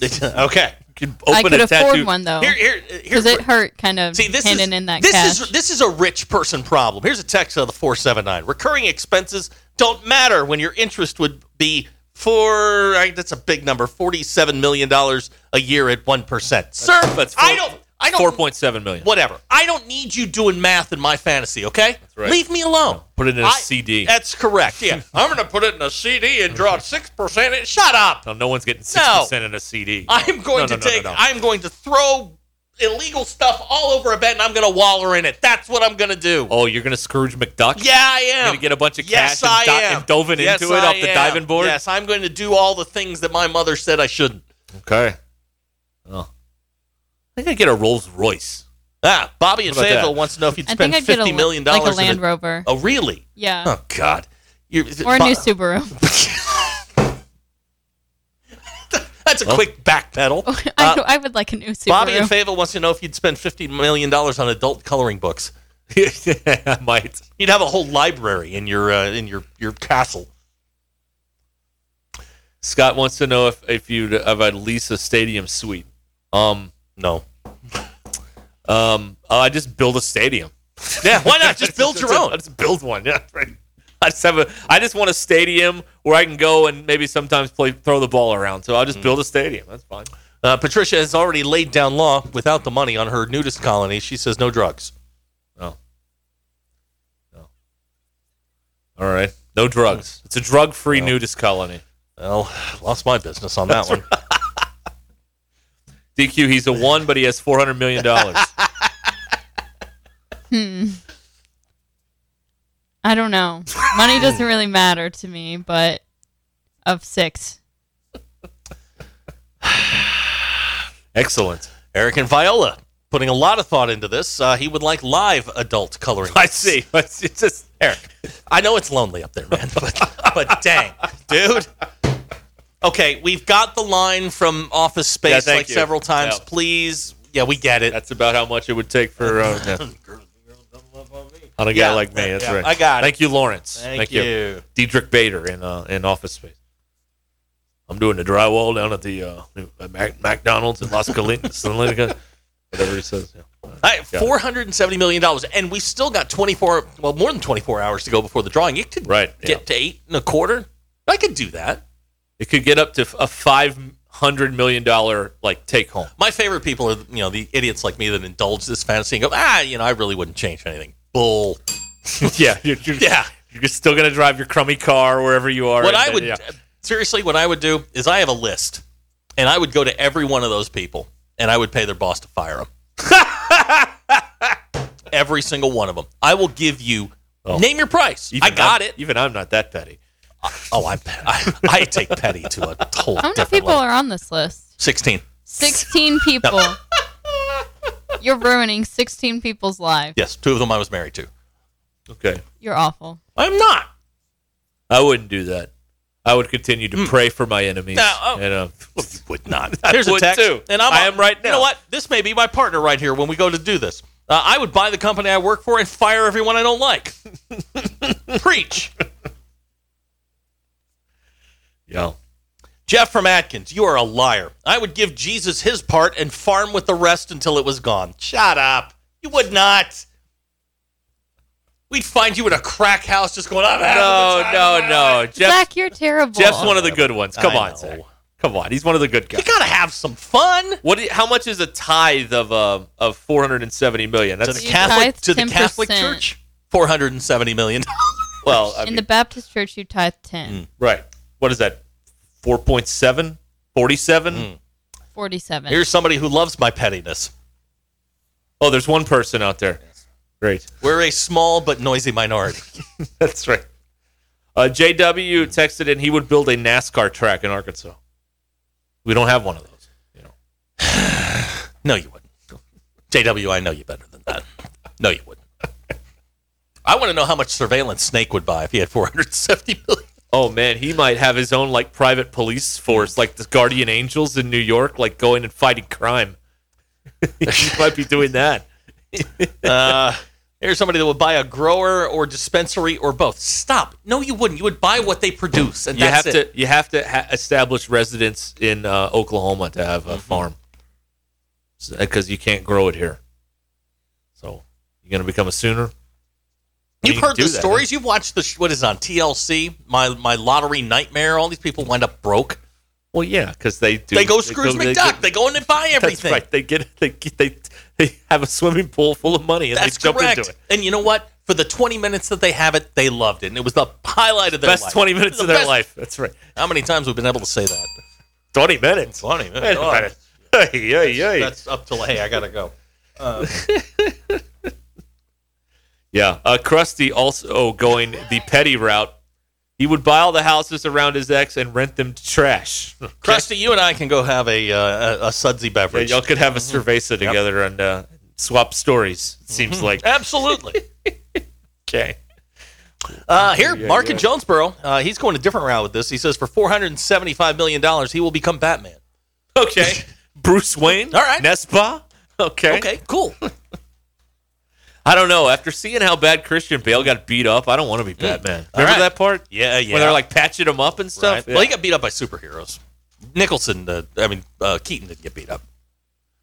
[SPEAKER 4] okay,
[SPEAKER 5] Can
[SPEAKER 7] I could
[SPEAKER 5] a
[SPEAKER 7] afford
[SPEAKER 5] tattoo-
[SPEAKER 7] one though,
[SPEAKER 4] here, here, here's
[SPEAKER 7] because it hurt kind of
[SPEAKER 4] See, this
[SPEAKER 7] handing
[SPEAKER 4] is
[SPEAKER 7] in that
[SPEAKER 4] this
[SPEAKER 7] cash.
[SPEAKER 4] is this is a rich person problem. Here's a text out of the four seven nine. Recurring expenses don't matter when your interest would be four. I, that's a big number, forty seven million dollars a year at one percent. Sir,
[SPEAKER 5] that's
[SPEAKER 4] I
[SPEAKER 5] four-
[SPEAKER 4] don't. I don't.
[SPEAKER 5] Four point seven million.
[SPEAKER 4] Whatever. I don't need you doing math in my fantasy. Okay. That's
[SPEAKER 5] right.
[SPEAKER 4] Leave me alone.
[SPEAKER 5] Put it in a
[SPEAKER 4] a
[SPEAKER 5] CD.
[SPEAKER 4] That's correct. Yeah. I'm gonna put it in a CD and draw six percent. Shut up.
[SPEAKER 5] No, no one's getting six
[SPEAKER 4] No.
[SPEAKER 5] percent in a CD.
[SPEAKER 4] I'm going
[SPEAKER 5] No,
[SPEAKER 4] to
[SPEAKER 5] no, no, no,
[SPEAKER 4] take.
[SPEAKER 5] no.
[SPEAKER 4] I'm going to throw illegal stuff all over a bed, and I'm going to waller in it. That's what I'm going to do.
[SPEAKER 5] Oh, you're gonna Scrooge McDuck?
[SPEAKER 4] Yeah, I
[SPEAKER 5] You're
[SPEAKER 4] am.
[SPEAKER 5] gonna get a bunch of
[SPEAKER 4] yes,
[SPEAKER 5] cash
[SPEAKER 4] I
[SPEAKER 5] and, do-
[SPEAKER 4] am.
[SPEAKER 5] and dove it
[SPEAKER 4] Yes,
[SPEAKER 5] into it
[SPEAKER 4] I
[SPEAKER 5] off the
[SPEAKER 4] am.
[SPEAKER 5] diving board?
[SPEAKER 4] Yes, I'm going to do all the things that my mother said I shouldn't.
[SPEAKER 5] Okay. Oh. I think I get a Rolls Royce.
[SPEAKER 4] Ah, Bobby in
[SPEAKER 5] What about that?
[SPEAKER 4] Fayetteville wants to know if you'd
[SPEAKER 7] I
[SPEAKER 4] spend
[SPEAKER 7] think I'd get a,
[SPEAKER 4] fifty million
[SPEAKER 7] like
[SPEAKER 4] dollars.
[SPEAKER 7] a Land
[SPEAKER 4] in
[SPEAKER 7] Rover.
[SPEAKER 4] Oh, really?
[SPEAKER 7] yeah,
[SPEAKER 4] Oh God. You're,
[SPEAKER 7] or a
[SPEAKER 4] Bo-
[SPEAKER 7] new Subaru.
[SPEAKER 4] That's a quick back pedal.
[SPEAKER 7] I, I would like a new Subaru.
[SPEAKER 4] Uh, Bobby in Fayetteville wants to know if you'd spend fifty million dollars on adult coloring books.
[SPEAKER 5] I might.
[SPEAKER 4] You'd have a whole library in your uh, in your your castle.
[SPEAKER 5] Scott wants to know if, if you'd if I'd lease a stadium suite. Um
[SPEAKER 4] No.
[SPEAKER 5] um I just build a stadium.
[SPEAKER 4] Yeah. Why not just build your
[SPEAKER 5] I
[SPEAKER 4] own?
[SPEAKER 5] just build one. Yeah, right. I just have a I just want a stadium where I can go and maybe sometimes play throw the ball around. So I'll just build a stadium. That's fine.
[SPEAKER 4] Mm. Uh, Patricia has already laid down law without the money on her nudist colony. She says no drugs.
[SPEAKER 5] Oh. All right. No drugs.
[SPEAKER 4] Mm.
[SPEAKER 5] It's a drug free nudist colony.
[SPEAKER 4] Well, lost my business on that one.
[SPEAKER 5] DQ, he's a one, but he has four hundred million dollars.
[SPEAKER 7] I don't know. Money doesn't really matter to me, but of six,
[SPEAKER 5] Excellent.
[SPEAKER 4] Eric and Viola putting a lot of thought into this. Uh, he would like live adult coloring.
[SPEAKER 5] I see. It's just
[SPEAKER 4] Eric. I know it's lonely up there, man, but, but dang, dude. Okay, we've got the line from Office
[SPEAKER 5] Yeah,
[SPEAKER 4] Space
[SPEAKER 5] thank
[SPEAKER 4] like
[SPEAKER 5] you.
[SPEAKER 4] several times.
[SPEAKER 5] Yeah.
[SPEAKER 4] Please, yeah, we get it.
[SPEAKER 5] That's about how much it would take for uh, on a guy
[SPEAKER 4] Yeah,
[SPEAKER 5] like me. That's
[SPEAKER 4] yeah,
[SPEAKER 5] right.
[SPEAKER 4] I got it.
[SPEAKER 5] Thank you, Lawrence.
[SPEAKER 4] Thank
[SPEAKER 5] Diedrich Bader in uh, in Office Space. I'm doing the drywall down at the uh, at Mac- McDonald's in Las Colinas, whatever he says. Yeah.
[SPEAKER 4] All right, four hundred and seventy million dollars, and we still got twenty-four. Well, more than twenty-four hours to go before the drawing. You could
[SPEAKER 5] Right,
[SPEAKER 4] get
[SPEAKER 5] yeah.
[SPEAKER 4] to eight and a quarter. I could do that.
[SPEAKER 5] It could get up to f- a five hundred million dollar like take home.
[SPEAKER 4] My favorite people are you know the idiots like me that indulge this fantasy and go ah you know I really wouldn't change anything. Bull.
[SPEAKER 5] yeah, you're, you're,
[SPEAKER 4] Yeah.
[SPEAKER 5] You're still gonna drive your crummy car wherever you are.
[SPEAKER 4] What
[SPEAKER 5] and
[SPEAKER 4] I
[SPEAKER 5] then,
[SPEAKER 4] would
[SPEAKER 5] yeah.
[SPEAKER 4] seriously, what I would do is I have a list, and I would go to every one of those people, and I would pay their boss to fire them. every single one of them. I will give you. Name your price.
[SPEAKER 5] Oh. Even
[SPEAKER 4] I got
[SPEAKER 5] I'm-
[SPEAKER 4] it.
[SPEAKER 5] Even I'm not that petty.
[SPEAKER 4] Oh, I, I I take petty to a whole
[SPEAKER 7] how many
[SPEAKER 4] different
[SPEAKER 7] people
[SPEAKER 4] level.
[SPEAKER 7] are on this list?
[SPEAKER 4] Sixteen.
[SPEAKER 7] Sixteen people. you're ruining 16 people's lives.
[SPEAKER 4] Yes, two of them I was married to.
[SPEAKER 5] Okay.
[SPEAKER 7] You're awful.
[SPEAKER 5] I'm not. I wouldn't do that. I would continue to pray for my enemies.
[SPEAKER 4] No, oh.
[SPEAKER 5] and, uh,
[SPEAKER 4] Well, you would not.
[SPEAKER 5] I
[SPEAKER 4] Here's a
[SPEAKER 5] would
[SPEAKER 4] text,
[SPEAKER 5] too.
[SPEAKER 4] and I'm
[SPEAKER 5] I am right
[SPEAKER 4] You know
[SPEAKER 5] now.
[SPEAKER 4] what? This may be my partner right here when we go to do this. Uh, I would buy the company I work for and fire everyone I don't like. Preach,
[SPEAKER 5] yeah.
[SPEAKER 4] Jeff from Atkins. You are a liar. I would give Jesus his part and farm with the rest until it was gone. Shut up. You would not. We'd find you in a crack house just going. I'm having the
[SPEAKER 5] No,
[SPEAKER 4] time of
[SPEAKER 5] no,
[SPEAKER 4] my
[SPEAKER 5] no.
[SPEAKER 4] life."
[SPEAKER 5] Jeff,
[SPEAKER 7] Zach, you're terrible.
[SPEAKER 5] Jeff's one of the good ones. Come
[SPEAKER 4] I
[SPEAKER 5] on,
[SPEAKER 4] know.
[SPEAKER 5] Zach. Come on. He's one of the good
[SPEAKER 4] You
[SPEAKER 5] guys.
[SPEAKER 4] gotta have some fun.
[SPEAKER 5] What? do you- How much is a tithe of um of four hundred and seventy million?
[SPEAKER 4] To
[SPEAKER 5] That's
[SPEAKER 4] the
[SPEAKER 7] You
[SPEAKER 4] Catholic,
[SPEAKER 7] tithe
[SPEAKER 4] to the Catholic
[SPEAKER 7] 10%.
[SPEAKER 4] Church, four hundred and seventy million.
[SPEAKER 5] well, I
[SPEAKER 7] In
[SPEAKER 5] mean,
[SPEAKER 7] the Baptist church, you tithe
[SPEAKER 4] Mm.
[SPEAKER 7] 10,
[SPEAKER 5] right. What is that? 4.7? 47?
[SPEAKER 7] 47.
[SPEAKER 4] Here's somebody who loves my pettiness.
[SPEAKER 5] Oh, there's one person out there. Great.
[SPEAKER 4] We're a small but noisy minority.
[SPEAKER 5] That's right. Uh, JW texted in he would build a NASCAR track in Arkansas. We don't have one of those. You know.
[SPEAKER 4] No, you wouldn't. JW, I know you better than that. No, you wouldn't. I want to know how much surveillance Snake would buy if he had 470 million.
[SPEAKER 5] Oh man, he might have his own like private police force, like the Guardian Angels in New York, like going and fighting crime. he might be doing that.
[SPEAKER 4] Uh, here's somebody that would buy a grower or dispensary or both. Stop. No, you wouldn't. You would buy what they produce, and
[SPEAKER 5] You
[SPEAKER 4] that's
[SPEAKER 5] have
[SPEAKER 4] it.
[SPEAKER 5] to you have to ha- establish residence in uh, Oklahoma to have
[SPEAKER 4] Mm-hmm.
[SPEAKER 5] a farm because you can't grow it here. So you're gonna become a Sooner.
[SPEAKER 4] You've
[SPEAKER 5] you
[SPEAKER 4] heard
[SPEAKER 5] do
[SPEAKER 4] the
[SPEAKER 5] that.
[SPEAKER 4] stories. You've watched the sh- what is it on TLC. My my lottery nightmare. All these people wind up broke.
[SPEAKER 5] Well, yeah, because they do.
[SPEAKER 4] they go Scrooge
[SPEAKER 5] they
[SPEAKER 4] McDuck.
[SPEAKER 5] go-
[SPEAKER 4] They go in and buy everything.
[SPEAKER 5] That's right. They get they get, they they have a swimming pool full of money and
[SPEAKER 4] That's
[SPEAKER 5] they jump
[SPEAKER 4] correct.
[SPEAKER 5] into it.
[SPEAKER 4] And you know what? For the 20 minutes that they have it, they loved it. And it was the highlight of their
[SPEAKER 5] Best
[SPEAKER 4] life.
[SPEAKER 5] twenty minutes
[SPEAKER 4] The
[SPEAKER 5] of their
[SPEAKER 4] best-
[SPEAKER 5] life. That's right.
[SPEAKER 4] How many times we've been able to say that?
[SPEAKER 5] Twenty minutes.
[SPEAKER 4] 20 minutes.
[SPEAKER 5] Wait a
[SPEAKER 4] Oh,
[SPEAKER 5] minute. Hey, hey, hey.
[SPEAKER 4] That's up till, hey, I got to go.
[SPEAKER 5] yeah. Uh, Krusty also going the petty route. He would buy all the houses around his ex and rent them to trash.
[SPEAKER 4] Hmm. Krusty, you and I can go have a uh, a, a sudsy
[SPEAKER 5] Yeah,
[SPEAKER 4] beverage.
[SPEAKER 5] y'all could have a
[SPEAKER 4] Mm-hmm.
[SPEAKER 5] cerveza together and uh, swap stories. It seems
[SPEAKER 4] Mm-hmm.
[SPEAKER 5] like
[SPEAKER 4] Absolutely.
[SPEAKER 5] okay.
[SPEAKER 4] Uh, here, Mark in Jonesboro, uh, he's going a different route with this. He says for $475 million, he will become Batman.
[SPEAKER 5] Okay. Bruce Wayne.
[SPEAKER 4] All right.
[SPEAKER 5] Nespa. Okay.
[SPEAKER 4] Okay, cool.
[SPEAKER 5] I don't know. After seeing how bad Christian Bale got beat up, I don't want to be Batman.
[SPEAKER 4] Hmm. All
[SPEAKER 5] Remember
[SPEAKER 4] right.
[SPEAKER 5] that part?
[SPEAKER 4] Yeah, yeah.
[SPEAKER 5] Where they're like patching him up and stuff.
[SPEAKER 4] Right.
[SPEAKER 5] Yeah.
[SPEAKER 4] Well, he got beat up by superheroes. Nicholson, uh, I mean, uh, Keaton didn't get beat up.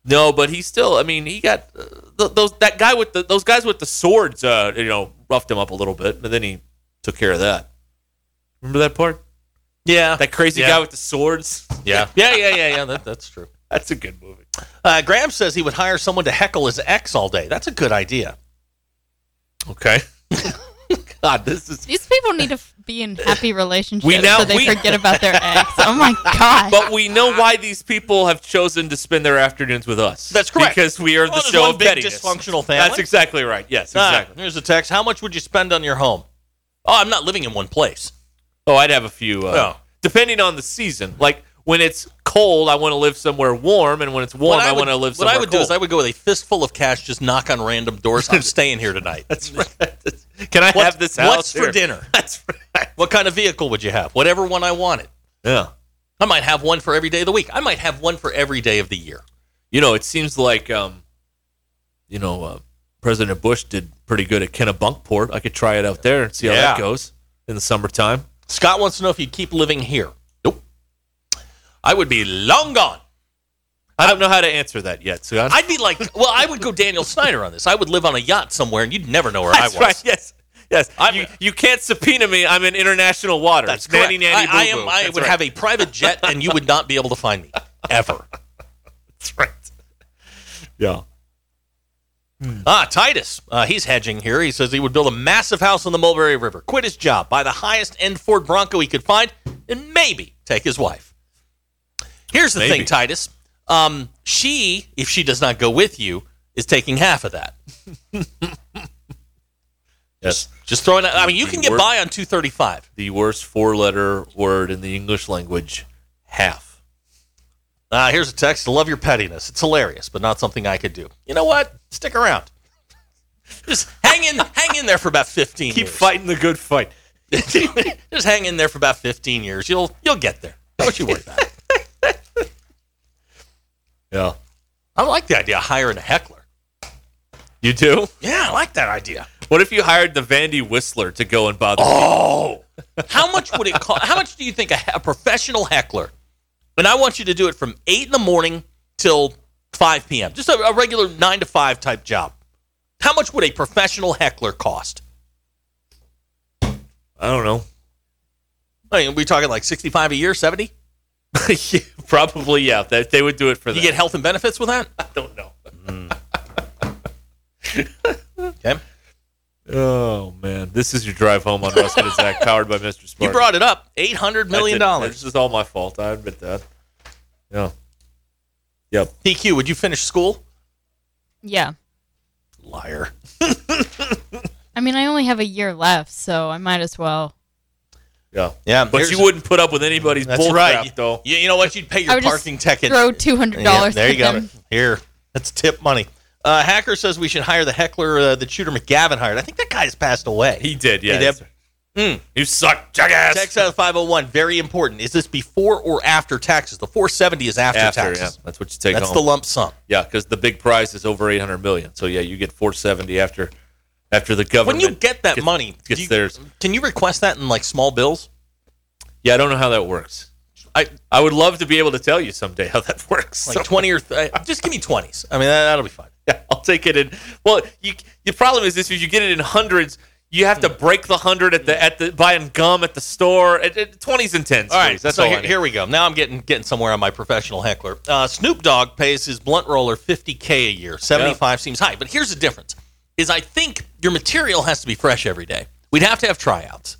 [SPEAKER 5] No, but he still. I mean, he got uh, th- those that guy with the those guys with the swords. Uh, you know, roughed him up a little bit, but then he took care of that. Remember that part?
[SPEAKER 4] Yeah.
[SPEAKER 5] That crazy
[SPEAKER 4] Yeah.
[SPEAKER 5] guy with the swords.
[SPEAKER 4] Yeah. Yeah, yeah, yeah, yeah. That, that's true.
[SPEAKER 5] that's a good movie.
[SPEAKER 4] Uh, Graham says he would hire someone to heckle his ex all day. That's a good idea.
[SPEAKER 5] Okay. God, Ah, this is.
[SPEAKER 7] These people need to f- be in happy relationships
[SPEAKER 5] We now-
[SPEAKER 7] so they
[SPEAKER 5] we-
[SPEAKER 7] forget about their ex. Oh my god!
[SPEAKER 5] But we know why these people have chosen to spend their afternoons with us.
[SPEAKER 4] That's correct.
[SPEAKER 5] Because we are the
[SPEAKER 4] Well, there's
[SPEAKER 5] show
[SPEAKER 4] one
[SPEAKER 5] of
[SPEAKER 4] big
[SPEAKER 5] pettiness.
[SPEAKER 4] dysfunctional family.
[SPEAKER 5] That's exactly right. Yes,
[SPEAKER 4] Ah,
[SPEAKER 5] exactly.
[SPEAKER 4] here's a text. How much would you spend on your home? Oh, I'm not living in one place.
[SPEAKER 5] Oh, I'd have a few. Uh,
[SPEAKER 4] Oh.
[SPEAKER 5] Depending on the season, like when it's cold, I want to live somewhere warm, and when it's warm,
[SPEAKER 4] What
[SPEAKER 5] I,
[SPEAKER 4] would-
[SPEAKER 5] want to live
[SPEAKER 4] What
[SPEAKER 5] somewhere
[SPEAKER 4] I would do is I
[SPEAKER 5] cold.
[SPEAKER 4] would go with a fistful of cash, just knock on random doors. I'm staying here tonight.
[SPEAKER 5] That's right. Can I
[SPEAKER 4] What-
[SPEAKER 5] have this house?
[SPEAKER 4] What's for
[SPEAKER 5] here?
[SPEAKER 4] dinner?
[SPEAKER 5] That's right.
[SPEAKER 4] What kind of vehicle would you have? Whatever one I wanted.
[SPEAKER 5] Yeah.
[SPEAKER 4] I might have one for every day of the week. I might have one for every day of the year.
[SPEAKER 5] You know, it seems like, um, you know, uh, President Bush did pretty good at Kennebunkport. I could try it out there and see how
[SPEAKER 4] Yeah.
[SPEAKER 5] that goes in the summertime.
[SPEAKER 4] Scott wants to know if you'd keep living here. Nope. I would be long gone.
[SPEAKER 5] I don't know how to answer that yet, Scott.
[SPEAKER 4] I'd be like, well, I would go Daniel Snyder on this. I would live on a yacht somewhere, and you'd never know where I
[SPEAKER 5] That's
[SPEAKER 4] was.
[SPEAKER 5] right. Yes. Yes.
[SPEAKER 4] I'm-
[SPEAKER 5] you, you can't subpoena me. I'm in international waters.
[SPEAKER 4] That's correct.
[SPEAKER 5] nanny, nanny,
[SPEAKER 4] I, I
[SPEAKER 5] boo,
[SPEAKER 4] am.
[SPEAKER 5] boo.
[SPEAKER 4] I
[SPEAKER 5] That's
[SPEAKER 4] would
[SPEAKER 5] right.
[SPEAKER 4] have a private jet, and you would not be able to find me ever.
[SPEAKER 5] That's right. Yeah. Hmm.
[SPEAKER 4] Ah, Titus. Uh, he's hedging here. He says he would build a massive house on the Mulberry River, quit his job, buy the highest end Ford Bronco he could find, and maybe take his wife. Here's the
[SPEAKER 5] Maybe.
[SPEAKER 4] thing, Titus. Um, she, if she does not go with you, is taking half of that.
[SPEAKER 5] Yes.
[SPEAKER 4] Just throwing. Out, I mean, you can get
[SPEAKER 5] Work-
[SPEAKER 4] by on two thirty-five.
[SPEAKER 5] The worst four letter word in the English language half.
[SPEAKER 4] Uh, here's a text. Love your pettiness. It's hilarious, but not something I could do. You know what? Stick around. Just hang in, hang in there for about 15
[SPEAKER 5] Keep
[SPEAKER 4] years.
[SPEAKER 5] fighting the good fight.
[SPEAKER 4] Just hang in there for about 15 years. You'll you'll get there. Don't you worry about it.
[SPEAKER 5] Yeah.
[SPEAKER 4] I like the idea of hiring a heckler.
[SPEAKER 5] You too?
[SPEAKER 4] Yeah, I like that idea.
[SPEAKER 5] What if you hired the Vandy Whistler to go and bother?
[SPEAKER 4] Oh, how much would it cost? How much do you think a, he- a professional heckler? And I want you to do it from eight in the morning till five p.m. Just a, a regular nine to five type job. How much would a professional heckler cost?
[SPEAKER 5] I don't know.
[SPEAKER 4] I mean, we talking like sixty-five a year, seventy?
[SPEAKER 5] Yeah, Probably, yeah. That they would do it for
[SPEAKER 4] You
[SPEAKER 5] that.
[SPEAKER 4] get health and benefits with that?
[SPEAKER 5] I don't know.
[SPEAKER 4] Okay.
[SPEAKER 5] Oh man, this is your drive home on Rustin and Zach, powered by Mr. Spark.
[SPEAKER 4] You brought it up. Eight hundred million dollars.
[SPEAKER 5] This is all my fault. I admit that. Yeah. Yep.
[SPEAKER 4] DQ, would you finish school?
[SPEAKER 7] Yeah.
[SPEAKER 4] Liar.
[SPEAKER 7] I mean, I only have a year left, so I might as well.
[SPEAKER 5] Yeah.
[SPEAKER 4] Yeah,
[SPEAKER 5] But
[SPEAKER 4] here's-
[SPEAKER 5] you wouldn't put up with anybody's
[SPEAKER 4] That's
[SPEAKER 5] bull
[SPEAKER 4] right.
[SPEAKER 5] crap, though.
[SPEAKER 4] You, you know what? You'd pay
[SPEAKER 7] I
[SPEAKER 4] your
[SPEAKER 7] would just
[SPEAKER 4] parking ticket.
[SPEAKER 7] Throw two hundred
[SPEAKER 4] Yeah,
[SPEAKER 7] dollars.
[SPEAKER 4] there you go. Here, that's tip money. Uh, Hacker says we should hire the heckler uh, that Shooter McGavin hired. I think that guy has passed away.
[SPEAKER 5] He did. Yeah.
[SPEAKER 4] did.
[SPEAKER 5] You suck, jackass.
[SPEAKER 4] Text out of 501. Very important. Is this before or after taxes? The 470 is after,
[SPEAKER 5] After, yeah,
[SPEAKER 4] taxes.
[SPEAKER 5] that's what you take
[SPEAKER 4] That's
[SPEAKER 5] home.
[SPEAKER 4] the lump sum.
[SPEAKER 5] Yeah, because the big prize is over eight hundred million. So yeah, you get four seventy after after the
[SPEAKER 4] When
[SPEAKER 5] government.
[SPEAKER 4] you get that
[SPEAKER 5] gets-
[SPEAKER 4] money, do
[SPEAKER 5] gets
[SPEAKER 4] you-
[SPEAKER 5] theirs.
[SPEAKER 4] can you request that in like small bills?
[SPEAKER 5] Yeah, I don't know how that works. I I would love to be able to tell you someday how that works.
[SPEAKER 4] Like
[SPEAKER 5] So-
[SPEAKER 4] 20 or th- uh, just give me 20s. I mean, that, that'll be fine.
[SPEAKER 5] yeah, I'll take it in. Well, you the problem is this: is you get it in hundreds. You have
[SPEAKER 4] Hmm.
[SPEAKER 5] to break the hundred at the at the buying gum at the store. At, at twenties and tens.
[SPEAKER 4] All right,
[SPEAKER 5] please. that's
[SPEAKER 4] so
[SPEAKER 5] all. I
[SPEAKER 4] here,
[SPEAKER 5] need.
[SPEAKER 4] here we go. Now I'm getting getting somewhere on my professional heckler. Uh, Snoop Dogg pays his blunt roller 50k a year. 75 seems high, but here's the difference: is I think your material has to be fresh every day. We'd have to have tryouts,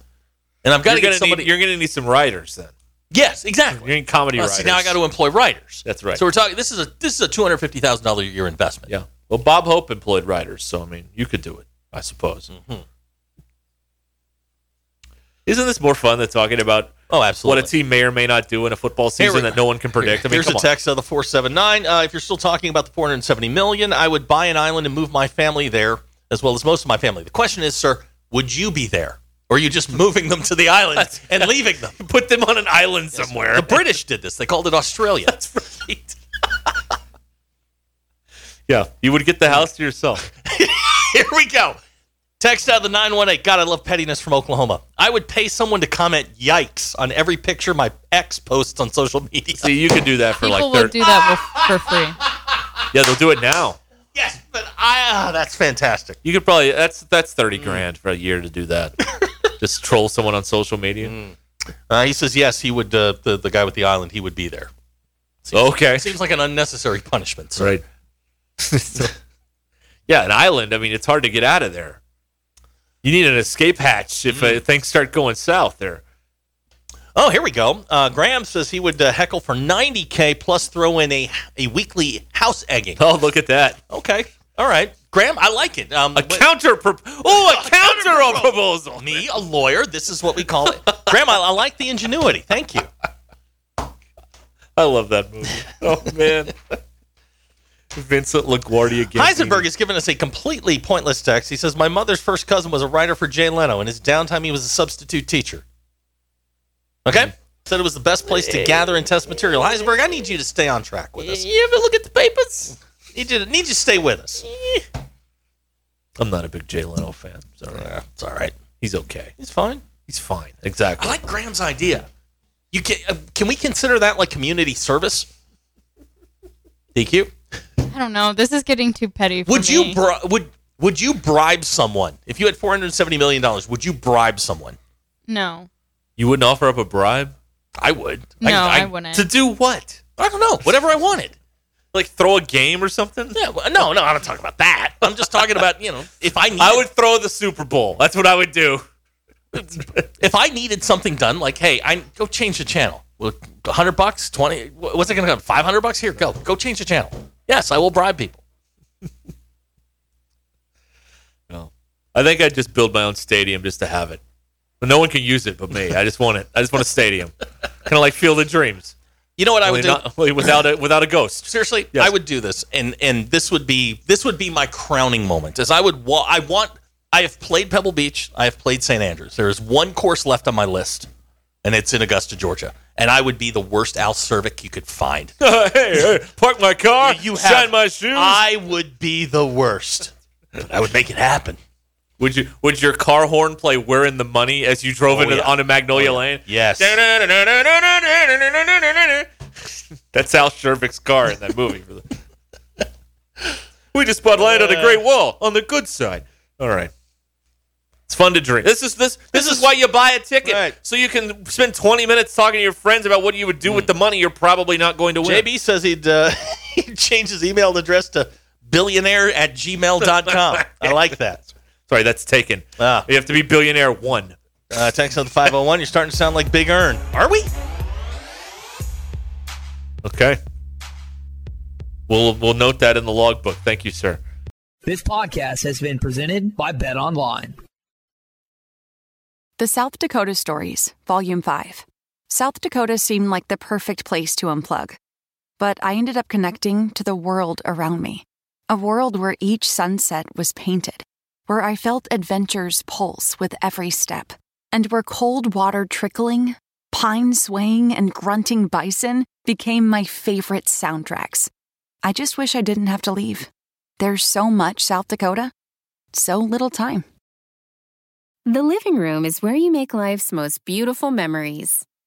[SPEAKER 4] and I've got
[SPEAKER 5] You're
[SPEAKER 4] to get
[SPEAKER 5] gonna
[SPEAKER 4] somebody.
[SPEAKER 5] need you're gonna need some writers then.
[SPEAKER 4] yes,
[SPEAKER 5] You're
[SPEAKER 4] exactly.
[SPEAKER 5] gonna need comedy
[SPEAKER 4] Well, see,
[SPEAKER 5] writers.
[SPEAKER 4] now I got to employ writers.
[SPEAKER 5] That's right.
[SPEAKER 4] So we're talking. This is a this is a 250 thousand dollar a year investment.
[SPEAKER 5] Yeah. Well, Bob Hope employed writers, so I mean, you could do it, I suppose.
[SPEAKER 4] Mm-hmm.
[SPEAKER 5] Isn't this more fun than talking about
[SPEAKER 4] Oh,
[SPEAKER 5] what
[SPEAKER 4] absolutely.
[SPEAKER 5] a team may or may not do in a football
[SPEAKER 4] Here we-
[SPEAKER 5] season that no one can predict? I mean,
[SPEAKER 4] Here's
[SPEAKER 5] come
[SPEAKER 4] a
[SPEAKER 5] on.
[SPEAKER 4] text of the 479. Uh, if you're still talking about the 470 million, I would buy an island and move my family there, as well as most of my family. The question is, sir, would you be there, or are you just moving them to the island and leaving them?
[SPEAKER 5] Put them on an island somewhere.
[SPEAKER 4] The British did this. They called it Australia.
[SPEAKER 5] That's right. yeah, you would get the house to yourself.
[SPEAKER 4] Here we go. Text out of the 918. God, I love pettiness from Oklahoma. I would pay someone to comment "yikes" on every picture my ex posts on social media.
[SPEAKER 5] See, you could do that for
[SPEAKER 7] People
[SPEAKER 5] like
[SPEAKER 7] will
[SPEAKER 5] 30.
[SPEAKER 7] do that with, for free.
[SPEAKER 5] yeah, they'll do it now.
[SPEAKER 4] Yes, but I. ah, that's fantastic.
[SPEAKER 5] You could probably that's that's 30 grand for a year to do that. Just troll someone on social media.
[SPEAKER 4] Uh, he says yes. He would. Uh, the the guy with the island. He would be there.
[SPEAKER 5] Okay.
[SPEAKER 4] Seems like an unnecessary punishment. Sir.
[SPEAKER 5] Right. yeah, an island. I mean, it's hard to get out of there. You need an escape hatch if uh, things start going south there.
[SPEAKER 4] Oh, here we go. Uh, Graham says he would uh, heckle for 90K plus throw in a, a weekly house egging.
[SPEAKER 5] Oh, look at that.
[SPEAKER 4] Okay. All right. Graham, I like it. Um,
[SPEAKER 5] A
[SPEAKER 4] but-
[SPEAKER 5] counter pro- Oh, a counter proposal.
[SPEAKER 4] me, a lawyer, this is what we call it. Graham, I, I like the ingenuity. Thank you.
[SPEAKER 5] I love that movie. Oh man. Vincent LaGuardia again.
[SPEAKER 4] Heisenberg has given us a completely pointless text. He says, My mother's first cousin was a writer for Jay Leno. In his downtime, he was a substitute teacher.
[SPEAKER 5] Mm-hmm.
[SPEAKER 4] Okay? Said it was the best place
[SPEAKER 5] Eh.
[SPEAKER 4] to gather and test material. Heisenberg, I need you to stay on track with us.
[SPEAKER 5] You ever look at the papers?
[SPEAKER 4] Need you to, need you to stay with us.
[SPEAKER 5] I'm not a big Jay Leno fan. It's all right.
[SPEAKER 4] It's all right.
[SPEAKER 5] He's okay.
[SPEAKER 4] He's fine.
[SPEAKER 5] He's fine. Exactly.
[SPEAKER 4] I like Graham's idea. You can uh, can we consider that like community service? DQ.
[SPEAKER 7] I don't know. This is getting too petty. For
[SPEAKER 4] Would
[SPEAKER 7] me.
[SPEAKER 4] you bri- would would you bribe someone if you had four hundred seventy million dollars? Would you bribe someone?
[SPEAKER 7] no,
[SPEAKER 5] you wouldn't offer up a bribe?
[SPEAKER 4] I would.
[SPEAKER 7] no, I, wouldn't.
[SPEAKER 5] To do what?
[SPEAKER 4] I don't know. Whatever I wanted.
[SPEAKER 5] Like throw a game or something?
[SPEAKER 4] Yeah, well, no, no, I'm not talking about that. I'm just talking about you know if I needed,
[SPEAKER 5] I would throw the Super Bowl. That's what I would do.
[SPEAKER 4] if I needed something done like hey I go change the channel. Well, hundred bucks, twenty. wh- What's it going to come? Five hundred bucks here. Go go change the channel. Yes, I will bribe people.
[SPEAKER 5] I think I'd just build my own stadium just to have it. But no one can use it but me. I just want it. I just want a stadium. kind of like Field of Dreams.
[SPEAKER 4] You know what I
[SPEAKER 5] Only
[SPEAKER 4] would do?
[SPEAKER 5] not- only without a without a ghost.
[SPEAKER 4] Seriously,
[SPEAKER 5] Yes.
[SPEAKER 4] I would do this, and and this would be this would be my crowning moment. As I would, wa- I want. I have played Pebble Beach. I have played St. Andrews. There is one course left on my list, and it's in Augusta, Georgia. And I would be the worst Al Cervic you could find.
[SPEAKER 5] hey, hey, park my car.
[SPEAKER 4] You have-
[SPEAKER 5] shine my shoes.
[SPEAKER 4] I would be the worst, but I would make it happen.
[SPEAKER 5] would you? Would your car horn play "We're in the Money" as you drove
[SPEAKER 4] Oh,
[SPEAKER 5] into
[SPEAKER 4] yeah.
[SPEAKER 5] onto Magnolia Lane?
[SPEAKER 4] Yes.
[SPEAKER 5] That's Al Shervick's car in that movie. for the- we just bought land on the Great Wall on the good side. All right. It's fun to drink. This is this this, is, why you buy a ticket
[SPEAKER 4] Right.
[SPEAKER 5] so you can spend 20 minutes talking to your friends about what you would
[SPEAKER 4] Mm.
[SPEAKER 5] do with the money you're probably not going to win.
[SPEAKER 4] JB says he'd uh, he'd change his email address to billionaire at gmail.com. I like that.
[SPEAKER 5] Sorry, that's taken.
[SPEAKER 4] Ah.
[SPEAKER 5] You have to be billionaire one.
[SPEAKER 4] Uh, text on the 501. You're starting to sound like Big Earn. Are we?
[SPEAKER 5] Okay. We'll we'll note that in the logbook. Thank you, sir.
[SPEAKER 9] This podcast has been presented by Bet Online.
[SPEAKER 10] The South Dakota Stories, Volume 5. South Dakota seemed like the perfect place to unplug. But I ended up connecting to the world around me a world where each sunset was painted, where I felt adventure's pulse with every step, and where cold water trickling, pine swaying, and grunting bison became my favorite soundtracks. I just wish I didn't have to leave. There's so much South Dakota, so little time.
[SPEAKER 11] The living room is where you make life's most beautiful memories.